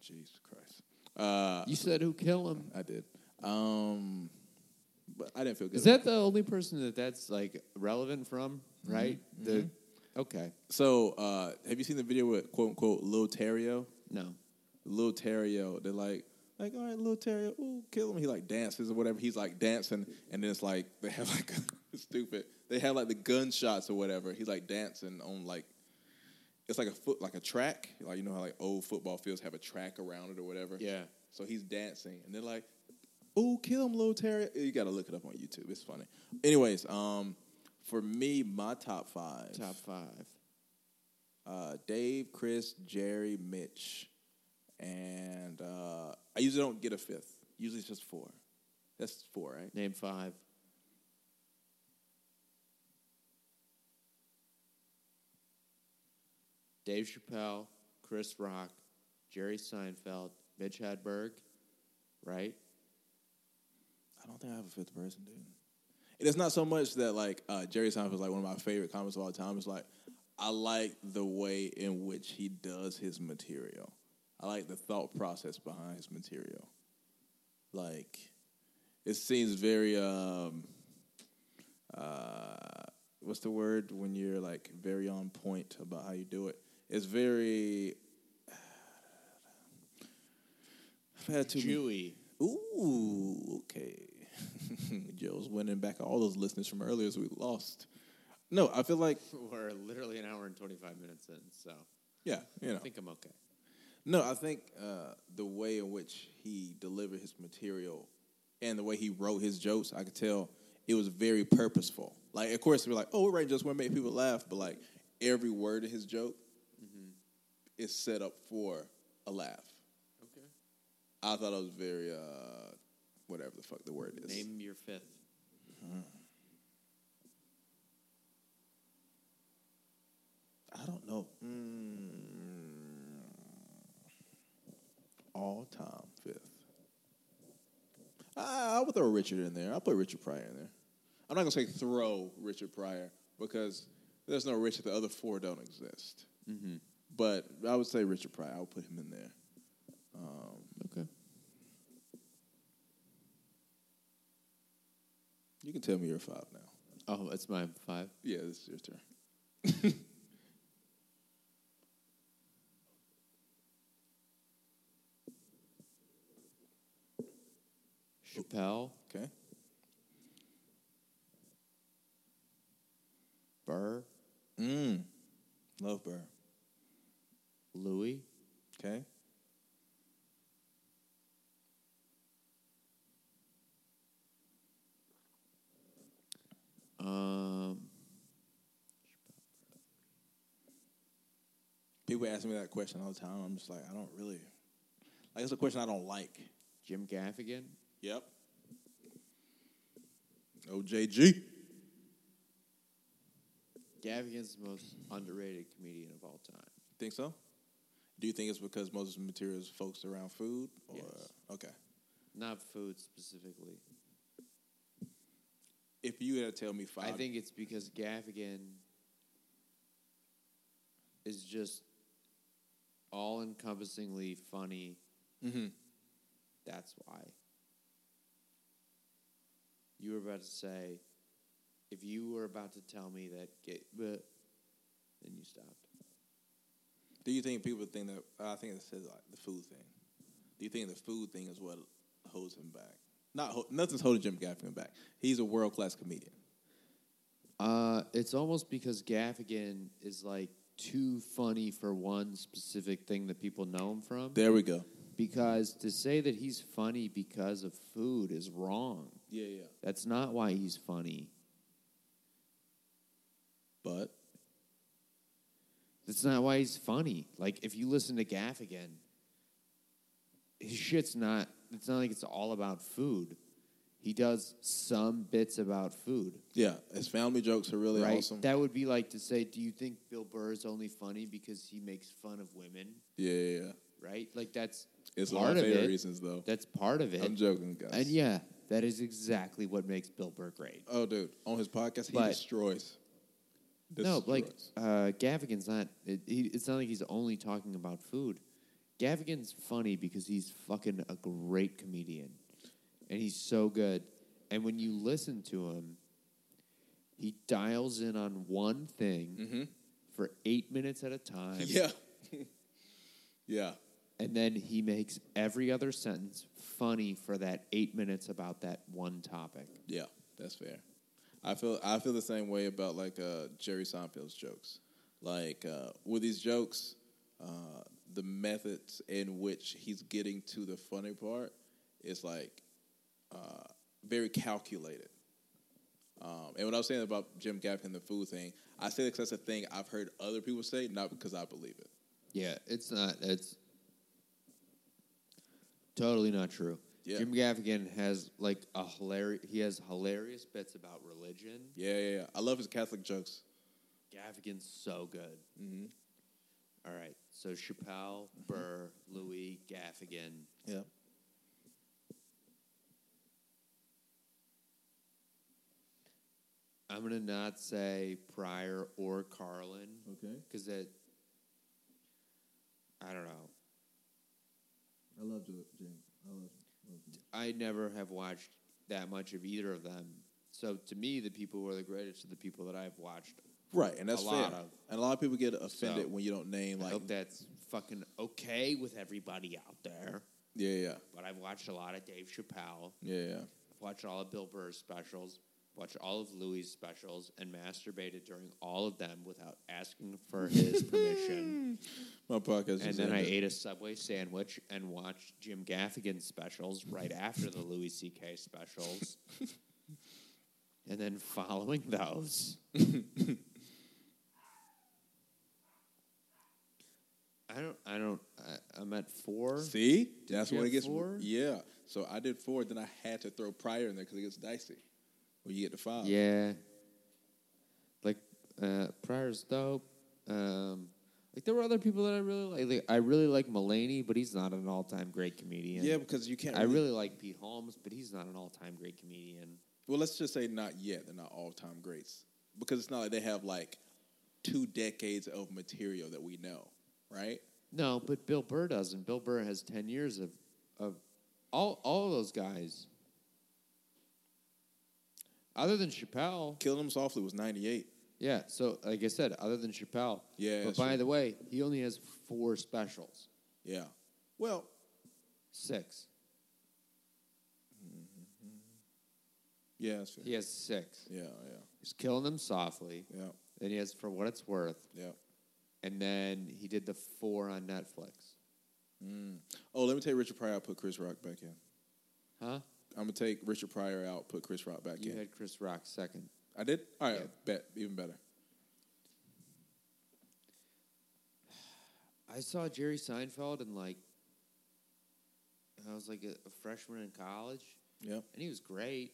C: Jesus Christ. Uh,
B: You said who kill him?
C: I did. Um, but I didn't feel good.
B: Is that the only person that that's like relevant from?
C: Mm-hmm.
B: Right? The okay.
C: so? Uh, have you seen the video with quote unquote Lil Terrio?
B: No.
C: Lil Terrio. They're like, like, all right, Lil Terrio, ooh, kill him. He like dances or whatever. He's like dancing, and then it's like they have like it's stupid. They have like the gunshots or whatever. He's like dancing on like it's like a foot like a track. Like you know how like old football fields have a track around it or whatever.
B: Yeah.
C: So he's dancing, and they're like, "Oh, kill him, Lil Terry." You got to look it up on YouTube. It's funny. Anyways, um, for me, my top five:
B: Top five.
C: uh, Dave, Chris, Jerry, Mitch, and uh, I usually don't get a fifth. Usually it's just four. That's four, right?
B: Name five. Dave Chappelle, Chris Rock, Jerry Seinfeld, Mitch Hedberg, right?
C: I don't think I have a fifth person, dude. And it's not so much that like uh, Jerry Seinfeld is like one of my favorite comics of all time. It's like I like the way in which he does his material. I like the thought process behind his material. Like it seems very um uh what's the word when you're like very on point about how you do it. It's very I've had too many-
B: Chewy.
C: Ooh, okay. Joe's winning back all those listeners from earlier as we lost. No, I feel like
B: We're literally an hour and 25 minutes in, so
C: yeah, you know.
B: I think I'm okay.
C: No, I think uh, the way in which he delivered his material and the way he wrote his jokes, I could tell it was very purposeful. Like, of course, we're like, oh, we're writing jokes, we're gonna make people laugh, but like every word in his joke
B: Mm-hmm.
C: is set up for a laugh.
B: Okay.
C: I thought it was very, uh, whatever the fuck the word is.
B: Name your fifth.
C: I don't know. Mm. All time fifth. I, I would throw Richard in there. I'll put Richard Pryor in there. I'm not gonna say throw Richard Pryor because there's no Richard. The other four don't exist. But I would say Richard Pryor. I would put him in there.
B: Okay.
C: You can tell me your five now.
B: Oh, that's my five.
C: Yeah, this is your turn.
B: Chappelle,
C: Okay.
B: Burr,
C: Mm. Love Burr.
B: Louis,
C: Okay.
B: um,
C: People ask me that question all the time. I'm just like, I don't really. Like, it's a question I don't like.
B: Jim Gaffigan,
C: Yep. OJG.
B: Gaffigan's the most underrated comedian of all time.
C: Think so? Do you think it's because most of the material is focused around food? Or
B: Yes.
C: okay.
B: Not food specifically.
C: If you had to tell me five,
B: I think it's because Gaffigan is just all encompassingly funny. Mm-hmm.
C: Mhm.
B: That's why. You were about to say, if you were about to tell me that, Ga- but, then you stopped.
C: Do you think people think that? I think it says like the food thing. Do you think the food thing is what holds him back? Not ho- nothing's holding Jim Gaffigan back. He's a world class comedian.
B: Uh, it's almost because Gaffigan is like too funny for one specific thing that people know him from.
C: There we go.
B: because to say that he's funny because of food is wrong.
C: Yeah, yeah.
B: That's not why he's funny.
C: But
B: That's not why he's funny. Like if you listen to Gaffigan, his shit's not. It's not like it's all about food. He does some bits about food,
C: yeah, his family jokes are really
B: right?
C: awesome.
B: That would be like to say, do you think Bill Burr is only funny because he makes fun of women,
C: yeah, yeah, yeah.
B: right? Like that's
C: It's one
B: part
C: of my
B: of
C: favorite
B: it.
C: reasons though.
B: That's part of it.
C: I'm joking, guys.
B: And yeah, that is exactly what makes Bill Burr great.
C: Oh, dude, on his podcast, he
B: But-
C: destroys.
B: No, like
C: Destroys.
B: uh, Gaffigan's not. It, he, it's not like he's only talking about food. Gaffigan's funny because he's fucking a great comedian, and he's so good. And when you listen to him, he dials in on one thing for eight minutes at a time,
C: yeah, yeah,
B: and then he makes every other sentence funny for that eight minutes about that one topic.
C: yeah. That's fair. I feel I feel the same way about like uh, Jerry Seinfeld's jokes. Like uh, with these jokes, uh, the methods in which he's getting to the funny part is like uh, very calculated. Um, and what I was saying about Jim Gaffigan, the food thing, I say that 'cause that's a thing I've heard other people say, not because I believe it.
B: Yeah, it's not. It's totally not true.
C: Yeah.
B: Jim Gaffigan has like a hilarious. He has hilarious bits about religion.
C: Yeah, yeah, yeah. I love his Catholic jokes.
B: Gaffigan's so good.
C: Mm-hmm.
B: All right, so Chappelle, Burr, Louis, Gaffigan.
C: Yeah.
B: I'm gonna not say Pryor or Carlin
C: Okay.
B: because it. I don't know.
C: I love James. I love.
B: I never have watched that much of either of them. So to me, the people who are the greatest are the people that I've watched
C: Right, and that's
B: A lot
C: fair.
B: of-
C: and a lot of people get offended
B: So,
C: when you don't name
B: I
C: like.
B: hope that's fucking okay with everybody out there.
C: Yeah, yeah,
B: But I've watched a lot of Dave Chappelle.
C: yeah, yeah.
B: I've watched all of Bill Burr's specials. watched all of Louis' specials, and masturbated during all of them without asking for his permission.
C: My podcast.
B: And
C: just
B: then I
C: ended.
B: ate a Subway sandwich and watched Jim Gaffigan specials right after the Louis C.K. specials. and then following those, I don't, I don't, I, I'm at four.
C: See, that's
B: you
C: what
B: have
C: it gets.
B: four?
C: Yeah. So I did four. Then I had to throw prior in there because it gets dicey. When you get to five.
B: Yeah. Like uh Pryor's dope. Um like there were other people that I really like. like I really like Mulaney, but he's not an all time great comedian.
C: Yeah, because you can't.
B: I really like Pete Holmes, but he's not an all time great comedian.
C: Well, let's just say not yet. They're not all time greats because it's not like they have like two decades of material that we know, right?
B: No, but Bill Burr doesn't. Bill Burr has ten years of of all all those guys. Other than Chappelle,
C: Killing Them Softly was '98.
B: yeah. So, like I said, other than Chappelle,
C: Yeah,
B: But
C: that's
B: by
C: true.
B: the way, he only has four specials,
C: Yeah. Well,
B: six.
C: yeah, that's fair.
B: He has six.
C: Yeah,
B: He's killing them softly.
C: yeah, yeah,
B: Then he has For What It's Worth.
C: yeah.
B: And then he did the four on Netflix.
C: Oh, let me take Richard Pryor out. Put Chris Rock back in.
B: Huh?
C: I'm gonna take Richard Pryor out. Put Chris Rock back
B: You
C: in.
B: had Chris Rock second.
C: I did. All right,
B: Yeah.
C: bet even better.
B: I saw Jerry Seinfeld in like, I was like a, a freshman in college,
C: Yeah,
B: and he was great.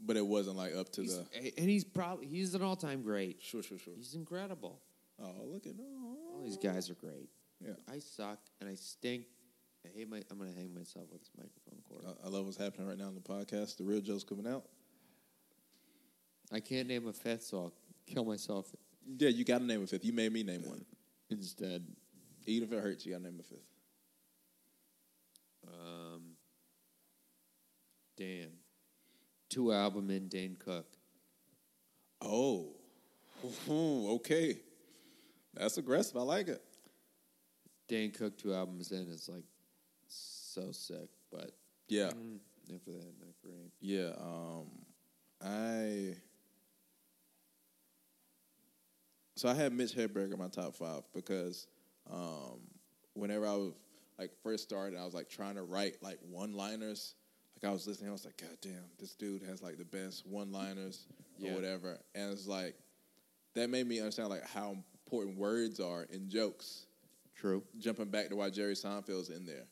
C: but it wasn't like up to
B: He's,
C: the.
B: a- and he's probably he's an all time great.
C: Sure, sure, sure.
B: He's incredible.
C: Oh, look at
B: All
C: oh.
B: these guys are great.
C: Yeah.
B: I suck and I stink. I hate my. I'm gonna hang myself with this microphone cord.
C: I- I love what's happening right now in the podcast. The real Joe's coming out.
B: I can't name a fifth, so I'll kill myself
C: Yeah, you got to name a fifth. You made me name one.
B: instead.
C: Even if it hurts, you got to name a fifth.
B: Um, damn. Two album in Dane Cook.
C: Oh, Ooh, okay. That's aggressive. I like it.
B: Dane Cook, two albums in is like so sick, but
C: Yeah,
B: mm, after that, not great.
C: yeah. Um, I. So I had Mitch Hedberg in my top five because um, whenever I was like first started, I was like trying to write like one-liners. Like I was listening, I was like, "God damn, this dude has like the best one-liners
B: Yeah.
C: or whatever." And it's like that made me understand like how important words are in jokes.
B: True.
C: jumping back to why Jerry Seinfeld's in there.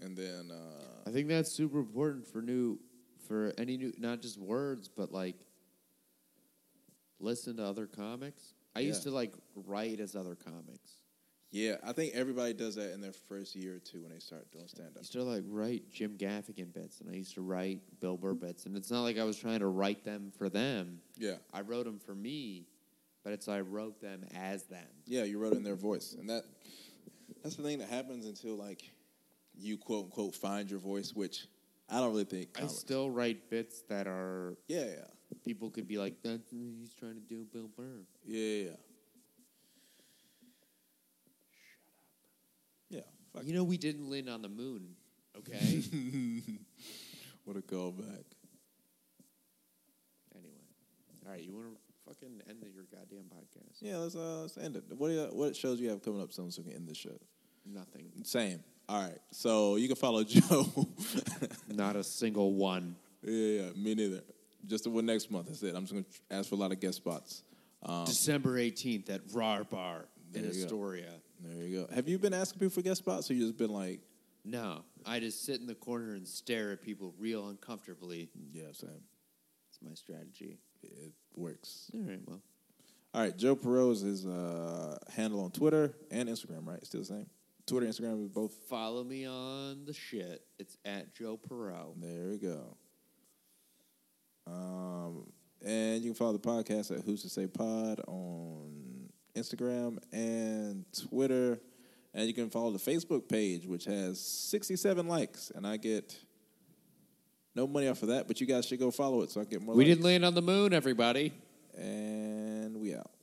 C: And then uh,
B: I think that's super important for new, for any new, not just words, but like listen to other comics. I used
C: Yeah.
B: to like write as other comics.
C: yeah, I think everybody does that in their first year or two when they start doing stand
B: I
C: up.
B: used to like write Jim Gaffigan bits, and I used to write Bill Burr bits, and it's not like I was trying to write them for them.
C: Yeah.
B: I wrote them for me, but it's I wrote them as them.
C: Yeah, you wrote it in their voice. And that that's the thing that happens until like you quote unquote find your voice, which I don't really think
B: I
C: comics-
B: still write bits that are
C: Yeah, yeah.
B: people could be like, "That's what he's trying to do Bill Burr."
C: Yeah, yeah. yeah. Yeah. Fuck.
B: You know, we didn't land on the moon, okay?
C: What a callback.
B: anyway, all right, you want to fucking end your goddamn podcast?
C: Yeah, let's uh let's end it. What do you, what shows you have coming up soon so we can end this show?
B: Nothing,
C: Same. All right. So you can follow Joe.
B: not a single one.
C: yeah, yeah, me neither. Just the one next month. That's it. I'm just going to ask for a lot of guest spots.
B: December eighteenth at Rar Bar in
C: Um, There you go.
B: Astoria.
C: There you go. Have you been asking people for guest spots or you just been like,
B: No, I just sit in the corner and stare at people real uncomfortably.
C: yeah, same.
B: It's my strategy.
C: It works.
B: All right, well,
C: All right. Joe Perot's his uh, handle on Twitter and Instagram, right? Still the same. Twitter, Instagram is both.
B: follow me on the shit. It's at Joe Perot.
C: There we go. Um, and you can follow the podcast at Who's to Say Pod on Instagram and Twitter. And you can follow the Facebook page, which has 67 likes. And I get no money off of that, but you guys should go follow it so I can get more
B: We
C: likes.
B: didn't land on the moon, everybody.
C: And we out.